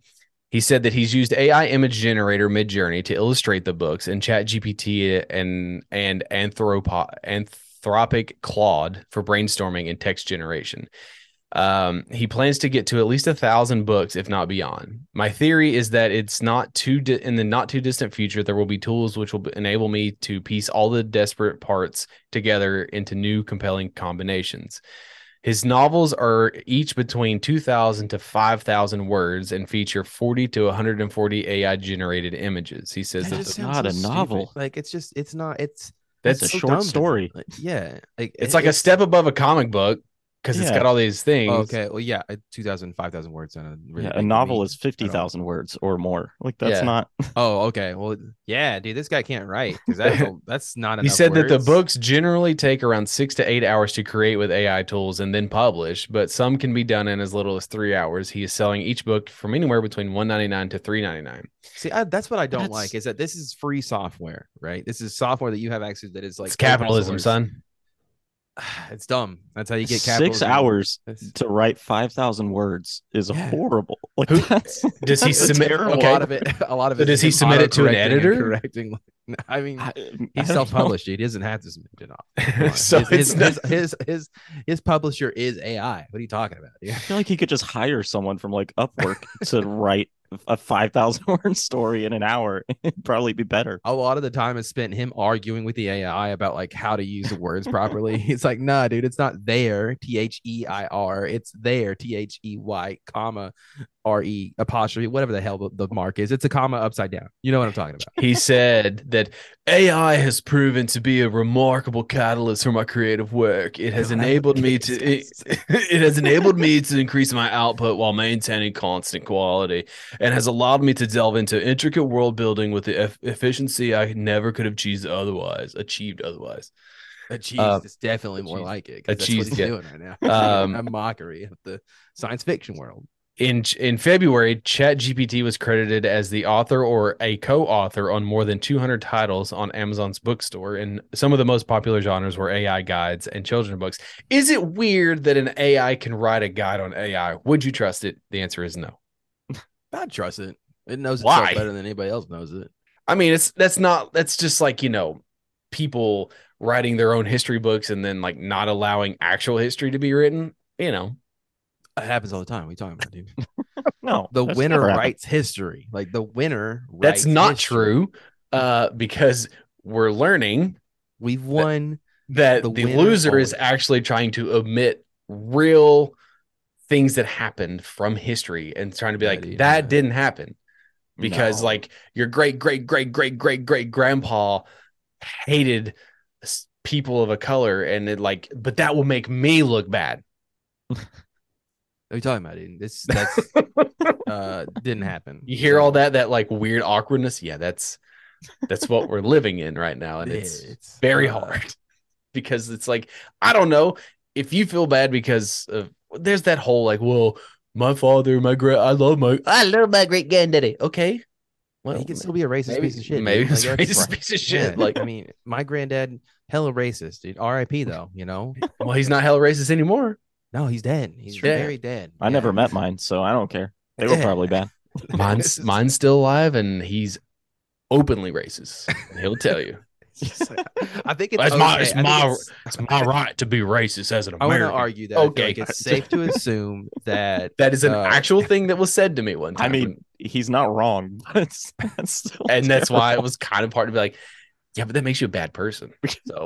S3: He said that he's used AI image generator Midjourney to illustrate the books, and ChatGPT and and anthropo anthropic Claude for brainstorming and text generation. Um, he plans to get to at least a thousand books, if not beyond. My theory is that it's not too di- in the not too distant future there will be tools which will enable me to piece all the desperate parts together into new compelling combinations. His novels are each between 2,000 to 5,000 words and feature 40 to 140 AI generated images. He says
S2: That
S3: that
S2: just
S3: the-
S2: sounds
S1: not a
S2: stupid.
S1: novel.
S2: like it's just it's not it's
S1: That's a
S2: so
S1: short
S2: dumb to me.
S1: story.
S2: Like, yeah like
S3: it's
S2: it- oh,
S3: like a step above a comic book because it's
S1: Yeah.
S3: got all these things.
S2: Okay. Well, yeah, uh, 2,000, 5,000 words on a really
S1: yeah,
S2: big
S1: a novel
S2: read.
S1: is 50,000 words or more. Like that's
S3: Yeah.
S1: not
S2: Oh, okay. Well, yeah, dude, this guy can't write because that's a- that's not enough.
S3: He said that the
S2: words.
S3: books generally take around six to eight hours to create with AI tools and then publish, but some can be done in as little as three hours. He is selling each book from anywhere between one ninety nine to three ninety nine.
S2: See, I, that's what I don't
S1: That's-
S2: like is that this is free software, right? This is software that you have access that is like
S3: it's
S2: open
S3: capitalism,
S2: source.
S3: son.
S2: It's dumb. That's how you get capitalism.
S1: six hours
S2: That's-
S1: to write 5,000 words is
S2: Yeah.
S1: horrible. Like
S3: Who-
S1: that's,
S3: Does he
S1: that's a
S3: submit-
S2: A
S1: terrible-
S3: okay.
S2: lot of it. A lot of
S3: So
S2: it. is
S3: does he
S2: just
S3: submit it to an
S2: auto-correcting and
S3: editor?
S2: Correcting. I mean,
S1: I- I don't
S2: he's
S1: know.
S2: self-published, dude. He doesn't have to submit it all.
S3: So
S2: his, his,
S3: it's
S2: his,
S3: not-
S2: his his his publisher is AI. What are you talking about? dude?
S1: I feel like he could just hire someone from like Upwork to write a five thousand word story in an hour. It'd probably be better.
S2: A lot of the time is spent him arguing with the AI about like how to use the words properly. He's like, nah, dude, it's not there. T H E I R. It's there. T H E Y comma R E apostrophe whatever the hell the, the mark is. It's a comma upside down. You know what I'm talking about?
S3: he said that AI has proven to be a remarkable catalyst for my creative work. It has
S1: God, I
S3: enabled
S1: would
S3: me
S1: hate
S3: to e- it,
S1: this
S3: it has enabled me to increase my output while maintaining constant quality and has allowed me to delve into intricate world building with the eff- efficiency I never could have achieved otherwise, achieved otherwise.
S2: A Uh, cheese
S3: Um,
S2: is definitely
S3: a
S2: more
S3: cheese-
S2: like it.
S3: a
S2: 'cause that's what
S3: cheese,
S2: he's
S3: yeah.
S2: doing right now.
S3: Um,
S2: a mockery of the science fiction world.
S3: in in February, ChatGPT was credited as the author or a co-author on more than 200 titles on Amazon's bookstore, and some of the most popular genres were AI guides and children's books. Is it weird that an AI can write a guide on AI? Would you trust it? The answer is no.
S2: I trust it. It knows itself
S3: Why?
S2: better than anybody else knows it.
S3: I mean, it's that's not that's just like you know people writing their own history books and then like not allowing actual history to be written. You know,
S2: It happens all the time. We talking about dude.
S1: No,
S2: The
S1: that's
S2: winner
S1: never happened.
S2: writes history. Like the winner. writes
S3: that's not
S2: history.
S3: true uh, because we're learning
S2: We've won.
S3: that
S2: The
S3: the,
S2: winner
S3: loser is
S2: always-
S3: actually trying to omit real things that happened from history and trying to be
S2: Yeah,
S3: like
S2: dude,
S3: that
S2: yeah.
S3: didn't happen because
S1: No.
S3: like your great great great great great great grandpa hated s- people of a color and it like but that will make me look bad
S2: What are you talking about, dude? This that's uh didn't happen.
S3: you hear
S2: So,
S3: all that that like weird awkwardness yeah that's that's what we're living in right now and it's very
S2: uh,
S3: hard because it's like I don't know if you feel bad because of there's that whole like well my father my great I love my I love my great granddaddy okay well
S2: he can still be a racist
S3: maybe-
S2: piece of shit.
S3: maybe
S2: dude.
S3: he's a
S2: that's-
S3: racist piece of shit,
S2: Yeah,
S3: like-
S2: I mean, my granddad, hella racist, dude. R.I.P. Though, you know.
S3: well he's not hell racist anymore
S2: No, he's dead. He's
S3: Sure.
S2: very dead.
S1: I never
S2: Yeah.
S1: met mine, so I don't care. They were
S2: Yeah.
S1: probably bad.
S3: mine's mine's still alive and he's openly racist and he'll tell you
S2: It's like- I think it's
S3: That's my-
S2: okay.
S3: it's
S2: I think
S3: my-
S2: it's-
S3: it's my right to be racist as an
S2: I want
S3: American
S2: to argue that.
S3: Okay.
S2: Okay, it's safe to assume that.
S3: that is an
S2: uh,
S3: actual thing that was said to me one time
S1: I mean, he's not wrong, but it's, that's still
S3: and that's why it
S1: terrible.
S3: was kind of hard to be like yeah but that makes you a bad person so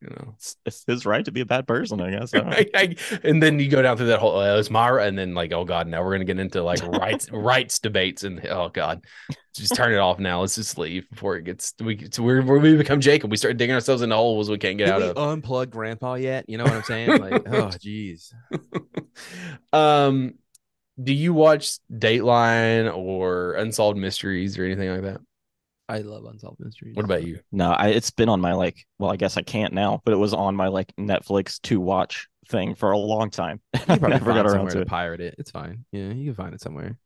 S3: you know
S1: it's, it's his right to be a bad person, I guess. I don't know.
S3: I- I- and then you go down through that whole oh, it's Myra, and then like, oh god, now we're gonna get into like rights rights debates, and oh god, just turn it off now. Let's just leave before it gets we it's- we're, we're- we become Jacob. We start digging ourselves into holes we can't get
S2: Did
S3: out
S2: we
S3: of.
S2: unplug Grandpa yet? You know what I'm saying? Like, oh, jeez.
S3: um, do you watch Dateline or Unsolved Mysteries or anything like that?
S2: I love Unsolved Mysteries.
S3: What about you?
S1: No, I, it's been on my like. Well, I guess I can't now, but it was on my like Netflix to watch thing for a long time. I
S2: You probably
S1: never got around
S2: find somewhere
S1: to
S2: to
S1: it.
S2: pirate it. It's fine. Yeah, you can find it somewhere.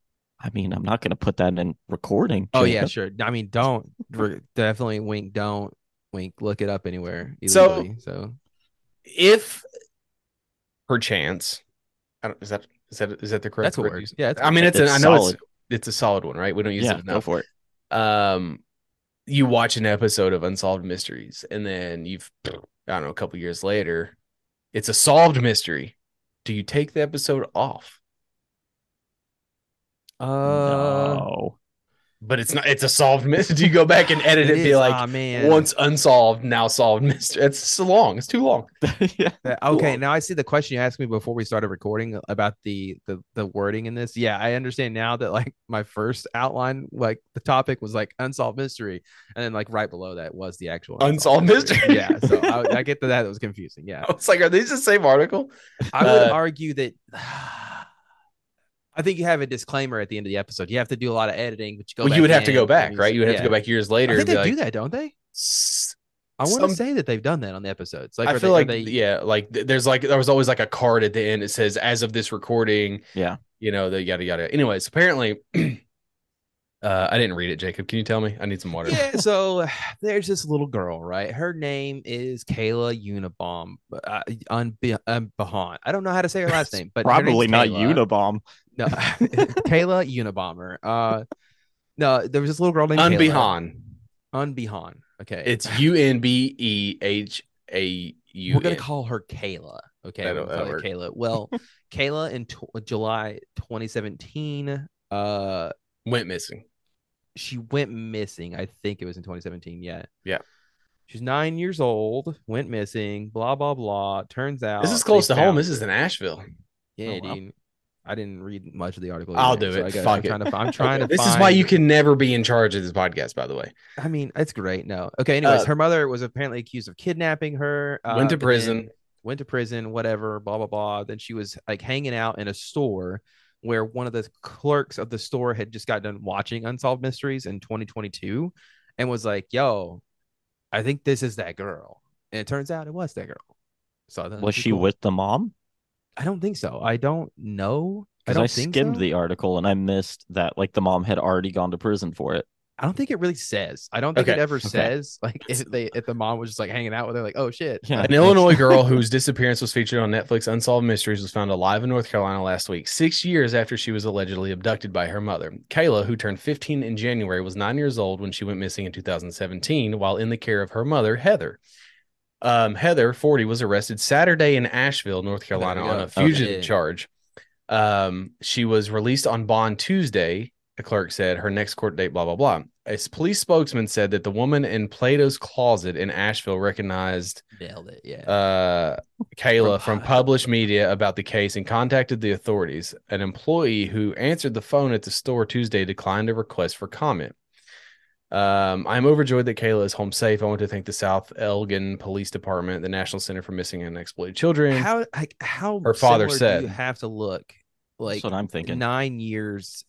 S1: I mean, I'm not gonna put that in recording.
S2: Oh yeah,
S1: Jacob.
S2: sure. I mean, don't re- definitely wink. Don't wink. Look it up anywhere
S3: So-
S2: illegally. So,
S3: If perchance, I don't, is that is that is that the correct
S2: that's what
S3: word?
S2: works. Yeah, that's
S3: I mean, it's,
S1: It's
S3: an, I know
S1: solid.
S3: it's it's a solid one, right? We don't use
S1: yeah,
S3: it
S1: go
S3: enough.
S1: for it.
S3: um you watch an episode of unsolved mysteries and then you've i don't know a couple years later it's a solved mystery do you take the episode off
S2: uh,
S1: no,
S3: but it's not it's a solved mystery do you go back and edit it, and be
S2: is. um,
S3: like
S2: Aw, man.
S3: once unsolved now solved mystery it's so long it's too long
S1: yeah,
S2: That- Uh, okay, now I see the question you asked me before we started recording about the, the the wording in this. Yeah, I understand now that like my first outline, like the topic was like unsolved mystery, and then like right below that was the actual
S3: Unsolved mystery.
S2: yeah, so I, I get that that was confusing. Yeah,
S3: it's like are these the same article
S2: I would
S3: Uh,
S2: argue that I think you have a disclaimer at the end of the episode. You have to do a lot of editing, but you go.
S3: well
S2: back
S3: you would have to
S2: in
S3: go
S2: and
S3: back
S2: use-
S3: right you would have
S2: yeah.
S3: to go back years later
S2: I think
S3: and
S2: they
S3: be like
S2: do that, don't they?
S3: "S-
S2: I want
S3: Some-
S2: to say that they've done that on the episodes. Like
S3: I
S2: are
S3: feel
S2: they, are
S3: like
S2: they-
S3: yeah, like th- there's like there was always like a card at the end that says as of this recording.
S1: Yeah.
S3: You know, the yada yada. Anyways, apparently uh I didn't read it, Jacob. Can you tell me? I need some water.
S2: Yeah, so there's this little girl, right? Her name is Kayla Unabomb, uh, Unbe- Unbehan. I don't know how to say her last name, but her name's
S1: probably not
S2: Kayla. uh,
S1: Unabomb.
S2: No, Kayla Unabomber. Uh, no, there was this little girl named Kayla.
S3: Unbehan.
S2: Unbehan. Okay.
S3: It's U N B E H A U.
S2: we're gonna call her Kayla. Okay,
S3: That'll-
S2: we're gonna call her
S3: that'll
S2: Kayla. Well, Kayla in tw- July 2017, uh,
S3: went missing.
S2: she went missing. I think it was in 2017. Yeah.
S3: Yeah.
S2: She's nine years old. Went missing. Blah blah blah. Turns out
S3: This is
S2: they
S3: close to home.
S2: found
S3: This
S2: her.
S3: is in Asheville.
S2: Yeah,
S1: Oh, wow.
S2: dude. I didn't read much of the article.
S3: I'll
S2: either,
S3: do
S2: so
S3: it.
S2: I guess
S3: Fuck
S2: I'm
S3: it.
S2: Trying to, I'm trying to.
S3: This is why you
S2: find-
S3: can never be in charge of this podcast. By the way,
S2: I mean, it's great. No, okay. Anyways,
S3: Uh,
S2: her mother was apparently accused of kidnapping her. Uh,
S3: went to
S2: and then
S3: prison.
S2: Went to prison. Whatever. Blah blah blah. Then she was like hanging out in a store where one of the clerks of the store had just got done watching Unsolved Mysteries in 2022, and was like, "Yo, I think this is that girl." And it turns out it was that girl. So I thought that
S1: Was
S2: pretty
S1: she
S2: cool.
S1: with the mom?
S2: I don't think so. I don't know.
S1: Because
S2: don't
S1: I,
S2: think
S1: skimmed
S2: so.
S1: the article and I missed that like the mom had already gone to prison for it.
S2: I don't think it really says. I don't think
S3: Okay.
S2: it ever
S1: Okay.
S2: says like if they if the mom was just like hanging out with her like oh shit
S1: Yeah.
S3: An Illinois girl whose disappearance was featured on Netflix Unsolved Mysteries was found alive in North Carolina last week, six years after she was allegedly abducted by her mother. Kayla, who turned 15 in January, was nine years old when she went missing in 2017 while in the care of her mother, Heather. Um, Heather, 40, was arrested Saturday in Asheville, North Carolina,
S2: we
S3: on
S2: go.
S3: a fugitive
S2: Okay.
S3: charge. Um, she was released on bond Tuesday, the clerk said. Her next court date, blah, blah, blah. A police spokesman said that the woman in Plato's Closet in Asheville recognized
S2: nailed it yeah
S3: uh, Kayla
S2: From-
S3: from published media about the case and contacted the authorities. An employee who answered the phone at the store Tuesday declined a request for comment. Um, I'm overjoyed that Kayla is home safe. I want to thank the South Elgin Police Department, the National Center for Missing and Exploited
S1: Uh,
S3: Children.
S2: how like how
S3: Her father
S2: similar do
S3: said.
S2: you have to look like
S1: That's what I'm thinking.
S2: nine years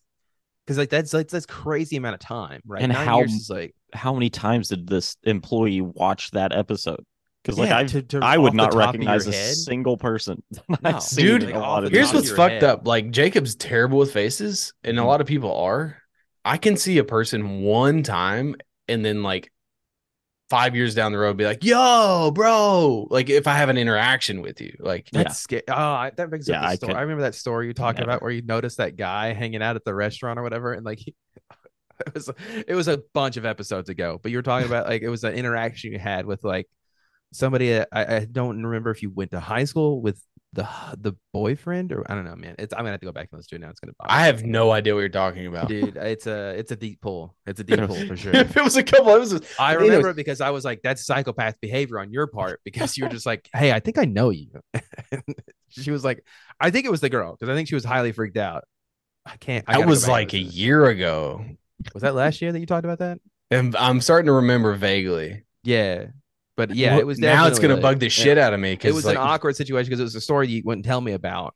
S2: because like that's like that's crazy amount of time right
S1: And
S2: nine
S1: how-
S2: years is like
S1: How many times did this employee watch that episode? Because like
S2: Yeah,
S1: I
S2: to- to-
S1: I
S2: off
S1: would
S2: the
S1: not
S2: top of your
S1: recognize a
S2: head.
S1: single person. that
S2: No.
S1: I've seen
S3: Dude,
S1: in
S2: like,
S1: a
S2: off
S1: lot
S2: the
S1: of
S2: top
S3: Here's
S1: times.
S2: of
S3: what's
S2: your
S3: fucked
S2: head. Hmm.
S3: up. Like Jacob's terrible with faces, and a
S1: Mhm.
S3: lot of people are. I can see a person one time and then like five years down the road be like, yo, bro. Like if I have an interaction with you. Like
S1: Yeah.
S2: that's scary. Oh, I- that brings
S1: Yeah,
S2: up the
S1: I
S2: story.
S1: could
S2: I remember that story you talked about
S1: never.
S2: where you noticed that guy hanging out at the restaurant or whatever, and like he, it was it was a bunch of episodes ago. But you were talking about like it was an interaction you had with like somebody that I, I don't remember if you went to high school with the h- the boyfriend or I don't know, man. It's I'm gonna have to go back and listen to it now. It's gonna. bother
S3: I
S2: me.
S3: have no idea what you're talking about.
S2: dude. It's a it's a deep pull. It's a deep pull for sure.
S3: if it was a couple episodes,
S2: I
S3: Anyways.
S2: remember it because I was like, that's psychopath behavior on your part because you were just like, hey, I think I know you. And she was like, I think it was the girl because I think she was highly freaked out. I can't. I
S3: that
S2: gotta go
S3: was
S2: back and
S3: like a
S2: listen to
S3: year ago.
S2: this. Was that last year that you talked about that?
S3: And I'm starting to remember vaguely.
S2: Yeah, but yeah,
S3: Well,
S2: it was.
S3: now it's gonna
S2: definitely, like-
S3: bug the shit out of me
S2: It
S3: because
S2: was
S3: like,
S2: an awkward situation because it was a story you wouldn't tell me about,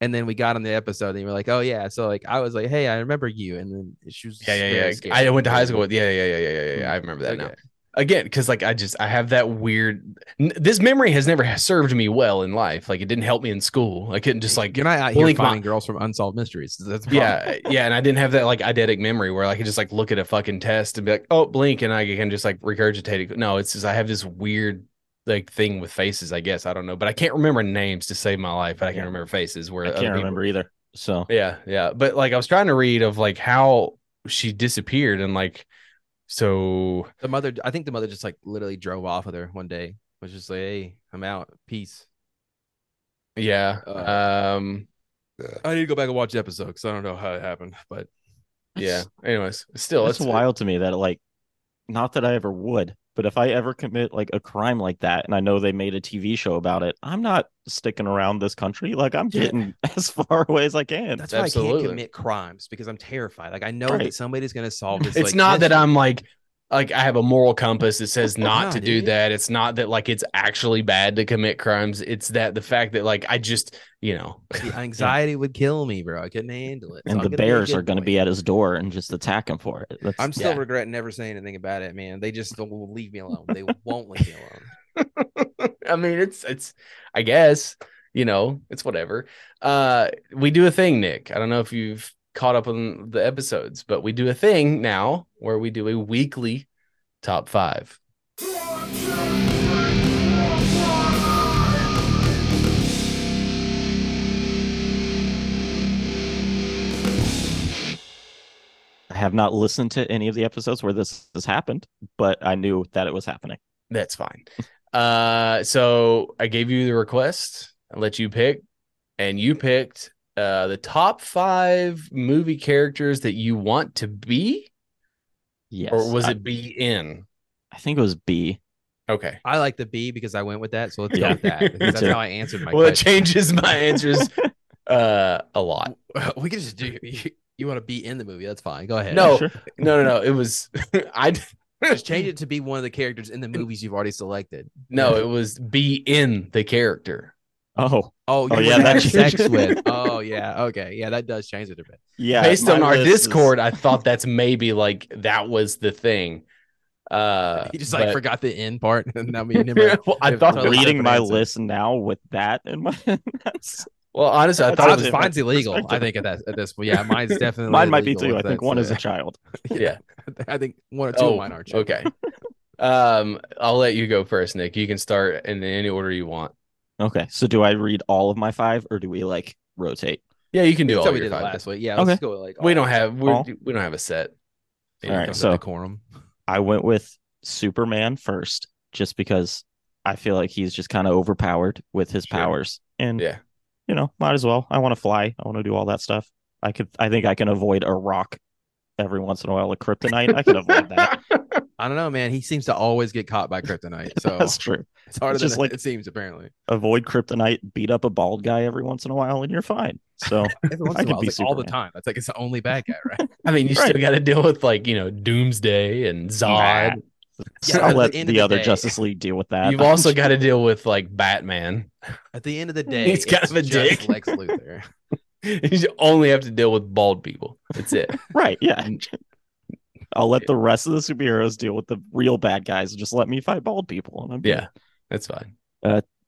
S2: and then we got on the episode and you were like, oh yeah, so like I was like, hey, I remember you, and then she was.
S3: yeah, yeah,
S2: very
S3: yeah.
S2: scared.
S3: I went to high school with yeah, yeah, yeah, yeah, yeah, yeah.
S2: Hmm.
S3: yeah. I remember that now.
S2: Okay.
S3: again because like i just i have that weird n- this memory has never served me well in life like it didn't help me in school i couldn't just like
S2: You're not out here
S3: blink my-
S2: finding girls from unsolved mysteries. That's the problem.
S3: yeah uh, yeah and i didn't have that like eidetic memory where i could just like look at a fucking test and be like oh blink and i can just like regurgitate it no it's just i have this weird like thing with faces i guess i don't know but i can't remember names to save my life but i can
S1: Yeah.
S3: remember faces where
S1: I
S3: other
S1: can't
S3: people-
S1: remember either. So
S3: yeah, yeah. But like I was trying to read of like how she disappeared and like so
S2: the mother i think the mother just like literally drove off with her one day was just like hey i'm out peace
S3: yeah.
S2: Uh,
S3: um
S2: i need to go back and watch the episode because i don't know how it happened but
S3: yeah anyways still
S1: that's
S3: it's
S1: wild to me that like not that I ever would, but if I ever commit like a crime like that and I know they made a TV show about it, I'm not sticking around this country. Like I'm
S2: Yeah.
S1: getting as far away as I can.
S2: that's why i
S3: Absolutely.
S2: can't commit crimes because i'm terrified like i know
S1: Right.
S2: that somebody's gonna solve this
S3: it's
S2: like,
S3: not that
S2: mystery.
S3: i'm like like i have a moral compass that says
S2: No,
S3: not to do
S2: dude.
S3: that it's not that like it's actually bad to commit crimes it's that the fact that like i just you know
S2: the anxiety would kill me bro i couldn't handle it So
S1: and
S2: I'm
S1: the
S2: gonna be a
S1: bears are
S2: good
S1: going to
S2: boy.
S1: be at his door and just attack him for it. That's,
S2: i'm still
S3: yeah.
S2: regretting never saying anything about it man they just don't leave me alone they won't leave me alone
S3: i mean it's it's i guess you know it's whatever uh we do a thing nick i don't know if you've caught up on the episodes but we do a thing now where we do a weekly top five
S1: I have not listened to any of the episodes where this has happened, but I knew that it was happening.
S3: That's fine. Uh, so I gave you the request. I let you pick, and you picked uh, the top five movie characters that you want to be,
S1: Yes.
S3: or was
S1: I,
S3: it be in?
S1: I think it was B.
S3: Okay.
S2: I like the B because I went with that. So let's
S1: Yeah.
S2: go with that.
S3: Me
S2: Because that's
S1: too.
S2: how I answered my
S3: well, it
S2: question.
S3: changes my answers uh, a lot.
S2: we could just do. You, want to be in the movie? That's fine. Go ahead.
S3: No.
S1: Sure.
S3: No, no, no. It was I.
S2: just change it to be one of the characters in the movies you've already selected.
S3: No, it was be in the character.
S1: Oh,
S2: Oh,
S1: Oh,
S2: you
S1: yeah,
S2: yeah,
S1: that
S2: that sex
S1: changes.
S2: with. Oh yeah, okay, yeah, that does change it a bit.
S1: yeah.
S3: Based on
S1: my
S3: our
S1: list is-
S3: Discord, I thought that's maybe like that was the thing. Uh,
S2: He just like
S3: but-
S2: forgot the end part, and now me and him. are-
S3: well, I
S2: if
S3: thought
S2: totally
S3: that-
S1: reading
S2: separate
S1: my
S2: answer.
S1: list now with that in my that's-
S3: Well, honestly, I
S1: That's
S3: thought it
S1: not
S3: was
S1: it.
S2: mine's illegal. I
S1: perspective.
S2: think at that at this point, yeah, mine's definitely.
S1: mine might be
S2: illegal
S1: two. I
S2: if
S1: think
S2: that's,
S1: one is
S2: uh,
S1: a child.
S3: yeah.
S2: I think one or two of mine are. children.
S3: okay. Um, I'll let you go first, Nick. You can start in any order you want.
S1: Okay, so do I read all of my five, or do we like rotate?
S3: Yeah, you can do
S2: That's
S3: all
S2: how we
S3: your
S2: did it
S3: five.
S2: last week. Yeah,
S1: Okay.
S2: let's just go with, like
S3: We
S2: all-
S3: don't have we're,
S1: All?
S3: we don't have a set.
S2: Yeah,
S1: All right,
S2: comes up
S1: so-
S2: to quorum.
S1: I went with Superman first, just because I feel like he's just kind of overpowered with his
S3: Sure.
S1: powers, and
S3: Yeah.
S1: you know, might as well. I want to fly. I want to do all that stuff. I could. I think I can avoid a rock every once in a while. A kryptonite. I can avoid that.
S2: I don't know, man. He seems to always get caught by kryptonite, so
S1: That's true.
S2: it's harder
S1: It's
S2: than
S1: just like-
S2: it seems. Apparently,
S1: Avoid kryptonite. Beat up a bald guy every once in a while, and you're fine. So
S2: every once in a
S1: could
S2: while,
S1: be
S2: it's like all
S1: Superman.
S2: the time. That's like it's the only bad guy, right?
S3: I mean, you
S1: Right.
S3: still got to deal with like you know Doomsday and Zod.
S2: Yeah,
S1: I'll
S2: at
S1: let
S2: the
S1: the,
S2: end of the
S1: other
S2: day-
S1: Justice League deal with that.
S3: You've also got to deal with like Batman.
S2: At the end of the day,
S3: He's kind
S2: it's
S3: of a
S2: just
S3: dick.
S2: Lex Luthor.
S3: You only have to deal with bald people. That's it. Mm,
S1: right. Yeah. I'll let the rest of the superheroes deal with the real bad guys and just let me fight bald people. And I'm good.
S3: yeah, that's fine.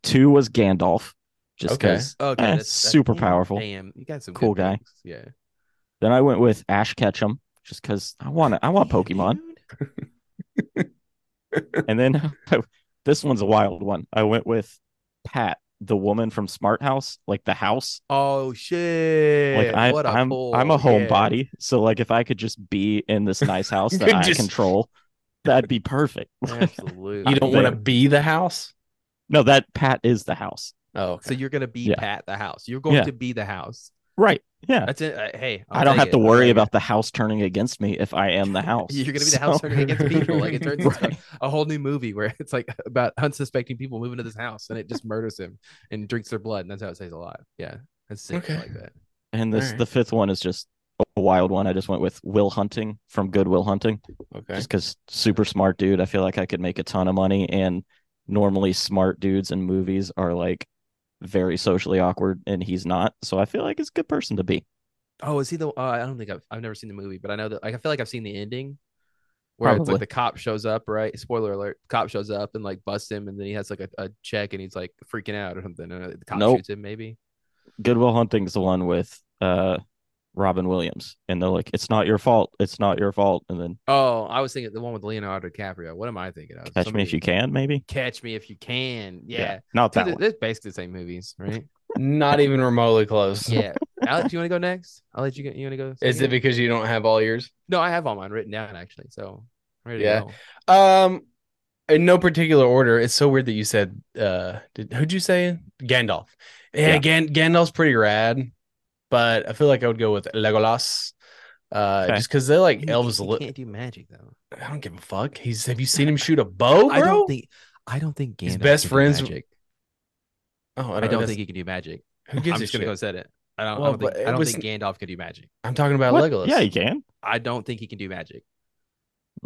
S1: Two was Gandalf, just
S3: Okay.
S1: because.
S2: Okay,
S1: Eh, super powerful.
S2: Damn, you got some
S1: Cool
S2: good
S1: guy.
S2: picks, Yeah.
S1: Then I went with Ash Ketchum, just because I want to. I want Pokemon. and then this one's a wild one. I went with Pat, the woman from Smart House, like the house.
S2: Oh shit!
S1: Like I,
S2: what a
S1: I'm,
S2: pull.
S1: I'm a
S2: yeah.
S1: homebody, so like if I could just be in this nice house
S3: You
S1: that
S3: could
S1: I
S3: just-
S1: control, that'd be perfect.
S2: Absolutely.
S3: You don't want to be the house.
S1: no, that Pat is the house,
S3: Oh, okay.
S2: So you're gonna be
S1: Yeah.
S2: Pat the house. You're going
S1: Yeah.
S2: to be the house.
S1: right? Yeah,
S2: That's it. Uh, hey, I'll
S1: I don't
S2: take
S1: have
S2: it.
S1: to
S2: I'll
S1: worry
S2: take it.
S1: about the house turning against me if I am the house.
S2: You're gonna be the
S1: So-
S2: house turning against people. Like it turns into
S1: Right.
S2: a whole new movie where it's like about unsuspecting people moving to this house and it just murders him and drinks their blood and that's how it stays alive. Yeah, that's sick. I
S3: Okay.
S2: like that.
S1: And this
S3: Alright.
S1: the fifth one is just a wild one. I just went with Will Hunting from Good Will Hunting,
S3: okay.
S1: just because super smart dude. I feel like I could make a ton of money, and normally smart dudes in movies are like very socially awkward, and he's not. So I feel like it's a good person to be.
S2: Oh, is he the? Uh, I don't think I've I've never seen the movie, but I know that like I feel like I've seen the ending where it's
S1: Probably.
S2: like the cop shows up, right? Spoiler alert: cop shows up and like busts him, and then he has like a, a check, and he's like freaking out or something. And uh, the cop
S1: Nope.
S2: shoots him, maybe.
S1: Goodwill Hunting's the one with uh Robin Williams, and they're like, "It's not your fault. It's not your fault." And then
S2: Oh, I was thinking the one with Leonardo DiCaprio. What am I thinking of?
S1: catch me if you can, maybe.
S2: Catch me if you can. Oh, Yeah,
S1: not
S2: Dude,
S1: that one.
S2: they're basically the same movies, right?
S3: Not even remotely close.
S2: yeah. Alex, you want to go next? I'll let you go. You want to go?
S3: Is it
S2: second?
S3: because you don't have all yours?
S2: no, I have all mine written down actually. So I'm ready
S3: Yeah.
S2: to go.
S3: Um, in no particular order. It's so weird that you said. Uh, did who'd you say? Gandalf. Yeah,
S1: Yeah.
S3: Gan- Gandalf's pretty rad, but I feel like I would go with Legolas. Uh,
S1: Okay.
S3: just because they're like
S2: You
S3: elves.
S2: can't,
S3: Li-
S2: you can't do magic though.
S3: I don't give a fuck. He's. Have you seen him shoot a bow, bro?
S2: I don't think. I don't think Gandalf
S3: His best
S2: could do
S3: friends-
S2: magic.
S3: Oh,
S2: I don't,
S3: that's-
S2: think he can do magic.
S3: Who gives
S2: I'm
S3: a
S2: just gonna
S3: shit?
S2: go said it. I don't,
S3: Well,
S2: I don't, think,
S3: but it
S2: I don't
S3: was-
S2: think Gandalf can do magic.
S3: I'm talking about
S1: What?
S3: Legolas.
S1: Yeah, you can.
S2: I don't think he can do magic.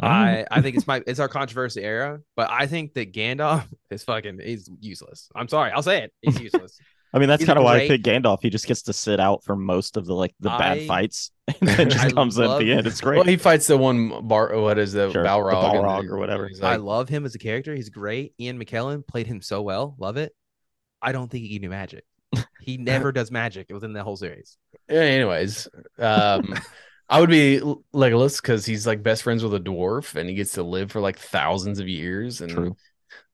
S1: I,
S2: I, I think it's my it's our controversy era, but I think that Gandalf is fucking he's useless. I'm sorry, I'll say it. He's useless.
S1: I mean, that's
S2: he's
S1: kind of why I
S2: great.
S1: picked Gandalf. He just gets to sit out for most of the like the
S2: I-
S1: bad fights, and then just
S2: I
S1: comes in at
S2: love-
S1: the end. It's great.
S3: Well, he fights the one bar. What is the
S1: Sure, the
S3: Balrog, and
S1: Balrog
S3: then-
S1: or whatever.
S3: he's
S2: I
S3: like-
S2: love him as a character. He's great. Ian McKellen played him so well. Love it. I don't think he can do magic. He never does magic within the whole series.
S3: Yeah, anyways, um, I would be L- Legolas because he's like best friends with a dwarf, and he gets to live for like thousands of years, and
S1: True.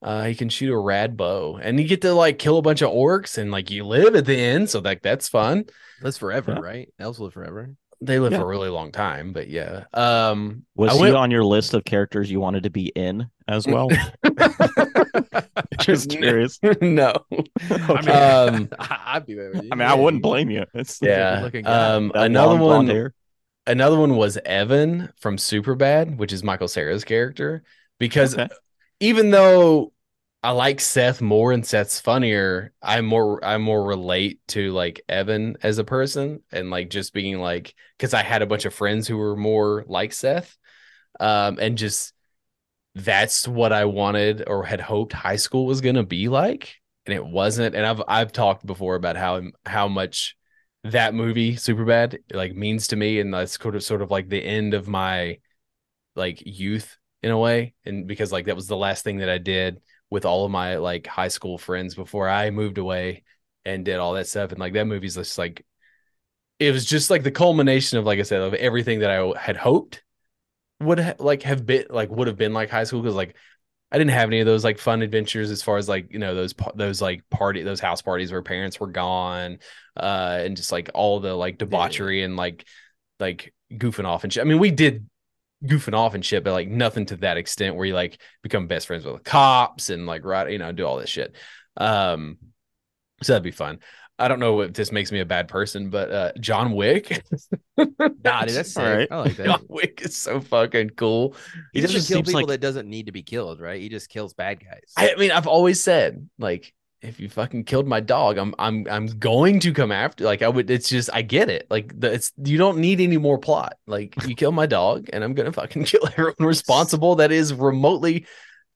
S3: uh, he can shoot a rad bow, and you get to like kill a bunch of orcs, and like you live at the end, so like that's fun.
S2: Lives forever,
S1: Yeah.
S2: right? Elves live forever.
S3: They live
S1: Yeah.
S3: for a really long time, but yeah. Um,
S1: Was
S3: I
S1: he
S3: went-
S1: on your list of characters you wanted to be in as well? Just curious.
S3: no.
S1: Okay.
S2: I mean,
S3: Um,
S2: I, would be there. with you.
S1: Hmm. I mean, I wouldn't blame you. It's
S3: Yeah.
S2: Good-looking guy.
S3: Um,
S1: that
S3: another
S1: long blonde
S3: one.
S1: hair.
S3: Another one was Evan from Superbad, which is Michael Sarah's character, because
S1: Okay.
S3: even though I like Seth more and Seth's funnier, I more I more relate to like Evan as a person and like just being like because I had a bunch of friends who were more like Seth, um, and just that's what I wanted or had hoped high school was gonna be like, and it wasn't. And I've I've talked before about how how much that movie Superbad like means to me, and that's sort of sort of like the end of my like youth in a way, and because like that was the last thing that I did with all of my like high school friends before I moved away and did all that stuff, and like that movie's just like it was just like the culmination of like I said of everything that I had hoped would ha- like have been like would have been like high school because like I didn't have any of those like fun adventures as far as like you know those pa- those like party those house parties where parents were gone uh and just like all the like debauchery and like like goofing off and shit. I mean we did goofing off and shit but like nothing to that extent where you like become best friends with the cops and like right you know do all this shit. Um so that'd be fun. I don't know if this makes me a bad person but uh John Wick
S2: Nah, dude, that's sick.
S1: All right.
S2: I like that.
S3: John Wick is so fucking cool.
S2: He
S1: It
S2: doesn't
S1: just
S2: kill
S1: seems
S2: people
S1: like-
S2: that doesn't need to be killed, right? He just kills bad guys.
S3: I mean, I've always said like, if you fucking killed my dog, I'm I'm I'm going to come after. Like I would. It's just I get it. Like the, it's you don't need any more plot. Like you kill my dog, and I'm gonna fucking kill everyone responsible that is remotely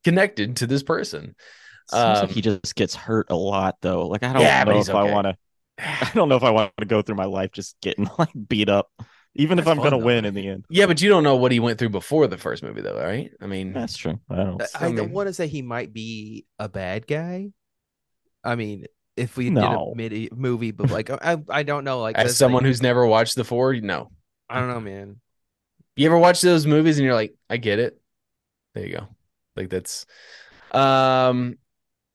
S3: connected to this person.
S1: Seems
S3: Um,
S1: like he just gets hurt a lot though. Like I don't
S3: Yeah, but
S1: know
S3: he's
S1: if I
S3: okay.
S1: want to. I don't know if I want to go through my life just getting like beat up, even if
S2: That's
S1: I'm going to
S2: fun, though.
S1: win in the end.
S3: Yeah, but you don't know what he went through before the first movie, though, right? I mean,
S1: That's true. I don't.
S2: I,
S3: I mean-
S2: want to say he might be a bad guy. I mean, if we
S1: No.
S2: did a mid- movie, but like I, I don't know, like
S3: as
S2: that's, like,
S3: someone who's never watched the four, no.
S2: I don't know, man.
S3: You ever watch those movies and you're like, I get it. There you go. Like that's um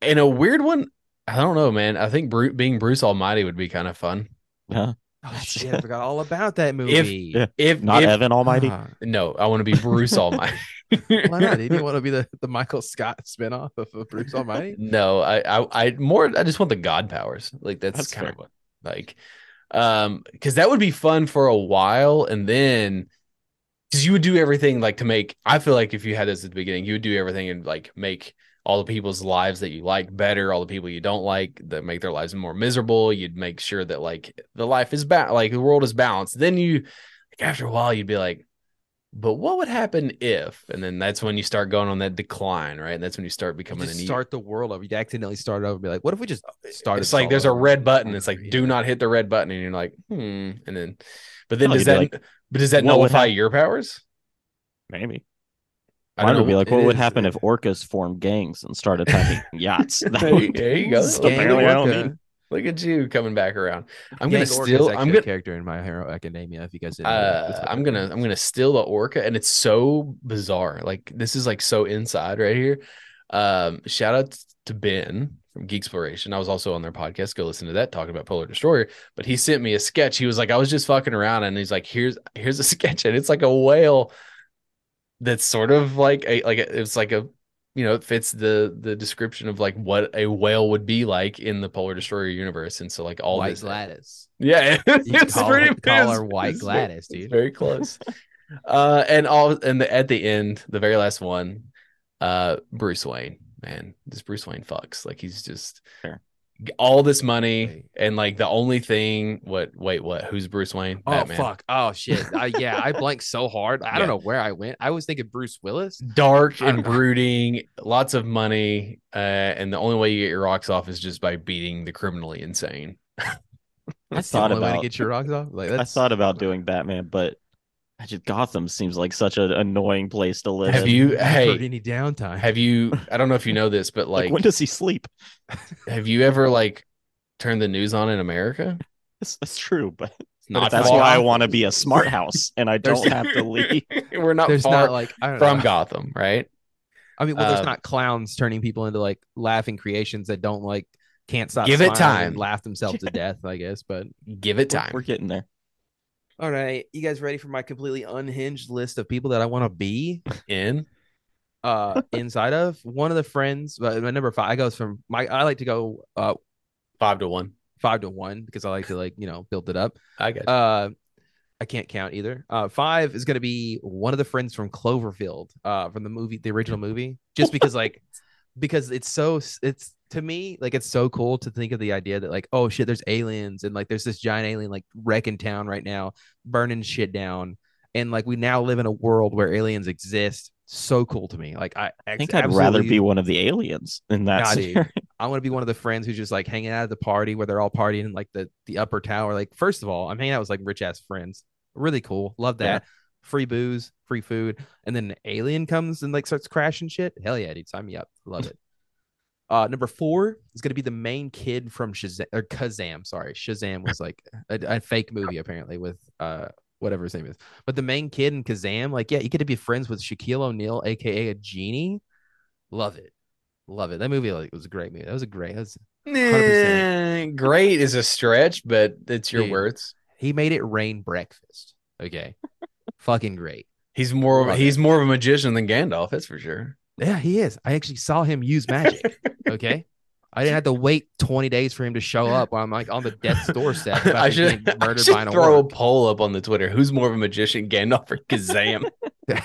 S3: and a weird one. I don't know, man. I think Bru- being Bruce Almighty would be kind of fun.
S1: Yeah.
S2: Oh shit, I forgot all about that movie.
S1: yeah,
S3: If
S1: Not
S3: if-
S1: Evan Almighty.
S2: Ah,
S3: No, I want to be Bruce Almighty.
S2: why not? He didn't want to be the, the Michael Scott spinoff of uh, Bruce Almighty.
S3: No, I, I, I more. I just want the god powers. Like that's,
S1: That's
S3: kind of what, like, um, because that would be fun for a while, and then because you would do everything like to make. I feel like if you had this at the beginning, you would do everything and like make all the people's lives that you like better, all the people you don't like that make their lives more miserable. You'd make sure that like the life is ba- like the world is balanced. Then you, like, after a while, you'd be like. But what would happen if? And then that's when you start going on that decline, right? And that's when you start
S2: You
S3: becoming
S2: just
S3: an e-
S2: start the world over. You accidentally start over. and Be like, what if we just started?
S3: it's like
S2: all
S3: there's a
S2: over?
S3: red button. It's like
S2: Yeah.
S3: do not hit the red button, and you're like, hmm. And then, but then
S1: No,
S3: does
S1: you'd be
S3: that?
S1: like,
S3: but does that
S1: what would
S3: nullify
S1: hap-
S3: your powers?
S1: Maybe.
S3: I
S1: Mine
S3: don't
S1: would be
S3: know.
S1: like,
S3: It
S1: what would
S3: is-
S1: happen if orcas formed gangs and started attacking yachts? That
S3: There you-
S1: would-
S3: there you go.
S2: Gang
S1: Apparently, I don't
S2: Orca.
S1: need-
S3: Look at you coming back around. I'm
S2: Yang
S3: gonna
S2: Orca is
S3: steal. I'm
S2: actually a
S3: gonna.
S2: character in My Hero Academia. If you guys, didn't know that.
S3: Uh,
S2: That's what
S3: I'm
S2: that
S3: gonna.
S2: is.
S3: I'm gonna steal the orca, and it's so bizarre. Like this is like so inside right here. Um, shout out to Ben from Geek Exploration. I was also on their podcast. Go listen to that talking about Polar Destroyer. but he sent me a sketch. He was like, I was just fucking around, and he's like, here's here's a sketch, and it's like a whale that's sort of like a like a, it's like a you know it fits the the description of like what a whale would be like in the Polar Destroyer universe, and so like all
S2: White
S3: this-
S2: Gladys.
S3: yeah,
S2: You could
S3: it's
S2: call,
S3: pretty
S2: her, call
S3: it's-
S2: her White
S3: it's very-
S2: Gladys,
S3: it's
S2: dude.
S3: very close. uh, and all and the, at the end, the very last one, uh, Bruce Wayne, man, this Bruce Wayne fucks like he's just
S1: Sure.
S3: all this money
S2: Right.
S3: and like the only thing. What? Wait, what? Who's Bruce Wayne?
S2: Oh fuck! Oh shit! I, yeah, I blanked so hard. I
S3: Yeah.
S2: don't know where I went. I was thinking Bruce Willis.
S3: Dark
S2: I
S3: and
S2: don't-
S3: brooding, lots of money, uh, and the only way you get your rocks off is just by beating the criminally insane.
S2: That's
S1: thought
S2: the only way
S1: about-
S2: to get your rocks off. Like
S1: I
S2: that's
S1: thought about doing Batman, but I just Gotham seems like such an annoying place to live.
S3: Have
S1: in.
S3: you?
S2: Never
S3: Hey,
S2: any downtime.
S3: have you? I don't know if you know this, but
S1: Like,
S3: like,
S1: when does he sleep?
S3: have you ever like turned the news on in America?
S1: That's, that's true, but
S3: It's not
S1: that's
S3: far.
S1: why I want to be a smart house and I
S3: There's-
S1: don't have to leave.
S3: We're not
S2: there's
S3: far
S2: not like I don't
S3: from
S2: know.
S3: Gotham, right?
S2: I mean, well, there's
S3: um,
S2: not clowns turning people into like laughing creations that don't like can't stop.
S3: Give it
S2: smiling and
S3: time.
S2: Laugh themselves to death, I guess. But
S3: Give it
S1: We're-
S3: time.
S1: We're getting there.
S2: All right, you guys ready for my completely unhinged list of people that I want to be
S3: In
S2: uh inside of? One of the friends, but my number five goes from my I like to go uh
S3: five to one.
S2: five to one because I like to like, you know, build it up.
S3: I got
S2: Uh I can't count either. Uh five is gonna be one of the friends from Cloverfield, uh from the movie, the original movie. Just because like because it's so it's to me like it's so cool to think of the idea that like oh shit there's aliens and like there's this giant alien like wrecking town right now burning shit down and like we now live in a world where aliens exist so cool to me like i
S1: I think I'd rather be one of the aliens in that
S2: Nah, dude.
S1: scenario.
S2: i want to be one of the friends who's just like hanging out at the party where they're all partying in like the the upper tower like first of all i'm hanging out with like rich ass friends really cool love
S1: Yeah.
S2: that free booze free food and then an alien comes and like starts crashing shit hell yeah dude sign me up love it Uh, number four is going to be the main kid from Shazam or Kazam. Sorry, Shazam was like a, a fake movie apparently with uh whatever his name is. But the main kid in Kazam, like yeah, you get to be friends with Shaquille O'Neal, aka a genie. Love it, love it. That movie like was a great movie. That was a great. That was,
S3: it.
S2: 100%.
S3: Great is a stretch, but it's your
S2: Dude.
S3: words.
S2: he made it rain breakfast. Okay, fucking great.
S3: He's more of,
S2: Love
S3: he's more of a magician than Gandalf, that's for sure.
S2: Yeah, he is. I actually saw him use magic. Okay. I didn't have to wait 20 days for him to show up while I'm like on the death's doorstep. about
S3: I
S2: to
S3: should,
S2: being
S3: I
S2: murdered
S3: should
S2: by an
S3: throw a
S2: orc.
S3: poll up on the Twitter. Who's more of a magician, Gandalf or Kazam?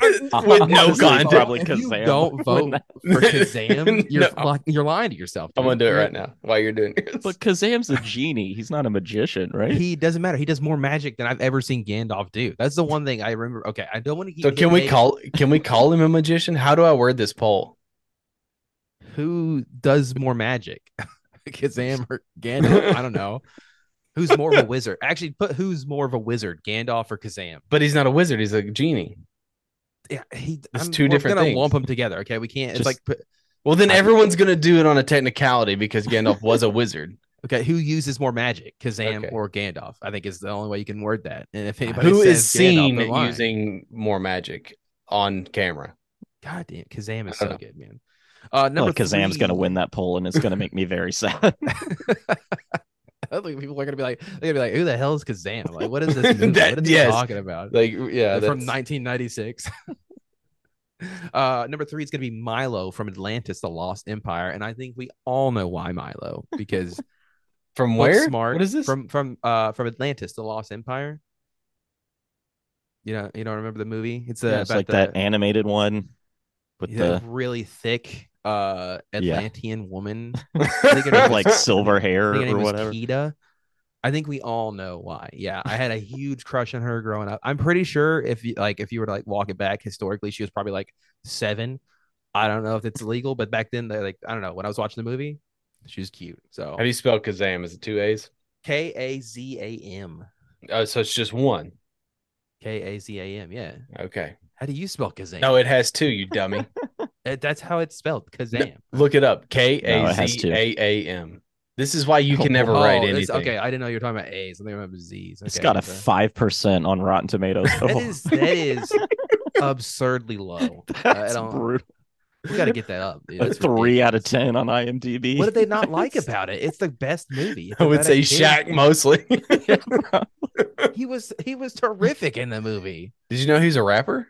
S3: With no
S1: Honestly,
S3: context.
S1: Probably
S2: If you
S1: Kazam.
S2: don't vote for Kazam, you're
S3: No.
S2: fuck- you're lying to yourself.
S3: I'm gonna
S2: dude.
S3: do it right now while you're doing yours.
S1: But Kazam's a genie. He's not a magician, right?
S2: He doesn't matter. He does more magic than I've ever seen Gandalf do. That's the one thing I remember. Okay, I don't want to keep.
S3: so can we
S2: hitting
S3: call can we call him a magician? How do I word this poll?
S2: who does more magic, Kazam or Gandalf? I don't know. Who's more of a wizard? Actually, put who's more of a wizard, Gandalf or Kazam?
S3: But he's not a wizard. He's a genie.
S2: Yeah, he.
S3: It's
S2: I'm-
S3: two
S2: we're
S3: different
S2: gonna
S3: things.
S2: lump them together. Okay, we can't.
S1: Just-
S2: it's like put-
S3: Well, then
S2: I-
S3: everyone's gonna do it on a technicality because Gandalf was a wizard.
S2: okay, who uses more magic, Kazam
S3: Okay.
S2: or Gandalf? I think is the only way you can word that. And if anybody
S3: Who
S2: says
S3: is
S2: Gandalf,
S3: seen
S2: they're lying.
S3: using more magic on camera?
S2: God damn, Kazam is
S3: I don't
S2: so good, man. Uh,
S1: I feel
S2: number
S1: like Kazam's
S2: three-
S1: gonna win that poll, and it's gonna make me very sad.
S2: I think people are gonna be like, they're gonna be like, who the hell is Kazam? Like, what is this? Movie?
S3: That-
S2: what is he
S3: yes.
S2: talking about?
S3: Like, yeah,
S2: from
S3: that's-
S2: 1996. uh, number three is going to be Milo from Atlantis: The Lost Empire, and I think we all know why Milo because
S3: from
S2: what's
S3: where?
S2: smart
S3: What is this?
S2: from from uh from Atlantis: The Lost Empire? You know, you don't remember the movie? It's, uh,
S1: Yeah, it's
S2: about
S1: like
S2: the,
S1: that animated one with
S2: yeah, that really thick uh Atlantean woman.
S1: the with, like silver hair
S2: I think her
S1: or
S2: name was
S1: whatever.
S2: Kida. I think we all know why. Yeah, I had a huge crush on her growing up. I'm pretty sure if you like if you were to like walk it back historically, she was probably like seven. I don't know if it's legal, but back then they like I don't know. When I was watching the movie, she was cute. So
S3: How do you spell Kazam? Is it two A's?
S2: K A Z A M.
S3: Oh, so it's just one.
S2: K A Z A M. Yeah.
S3: Okay.
S2: How do you spell Kazam?
S3: No, it has two. You dummy.
S2: That- that's how it's spelled. Kazam.
S3: Look it up. K
S1: No,
S3: A
S1: it has
S3: Z
S1: two.
S3: A A M. This is why you can never
S2: Oh,
S3: write
S2: it's-
S3: anything.
S2: Okay, I didn't know you were talking about A's. I think I remember Z's.
S1: It's
S2: Okay,
S1: got a
S2: so-
S1: five percent on Rotten Tomatoes.
S2: That
S1: Oh,
S2: is that is absurdly low.
S1: that's
S2: don't-
S1: brutal.
S2: We got to get that up. dude.
S1: A
S2: That's
S1: three out of
S2: ridiculous.
S1: ten on IMDb.
S2: What did they not like about it? It's the best movie. It's
S3: I would
S2: about a
S3: say
S2: kid.
S3: Shaq mostly. Did
S2: He was he was terrific in the movie.
S3: you know he's a rapper?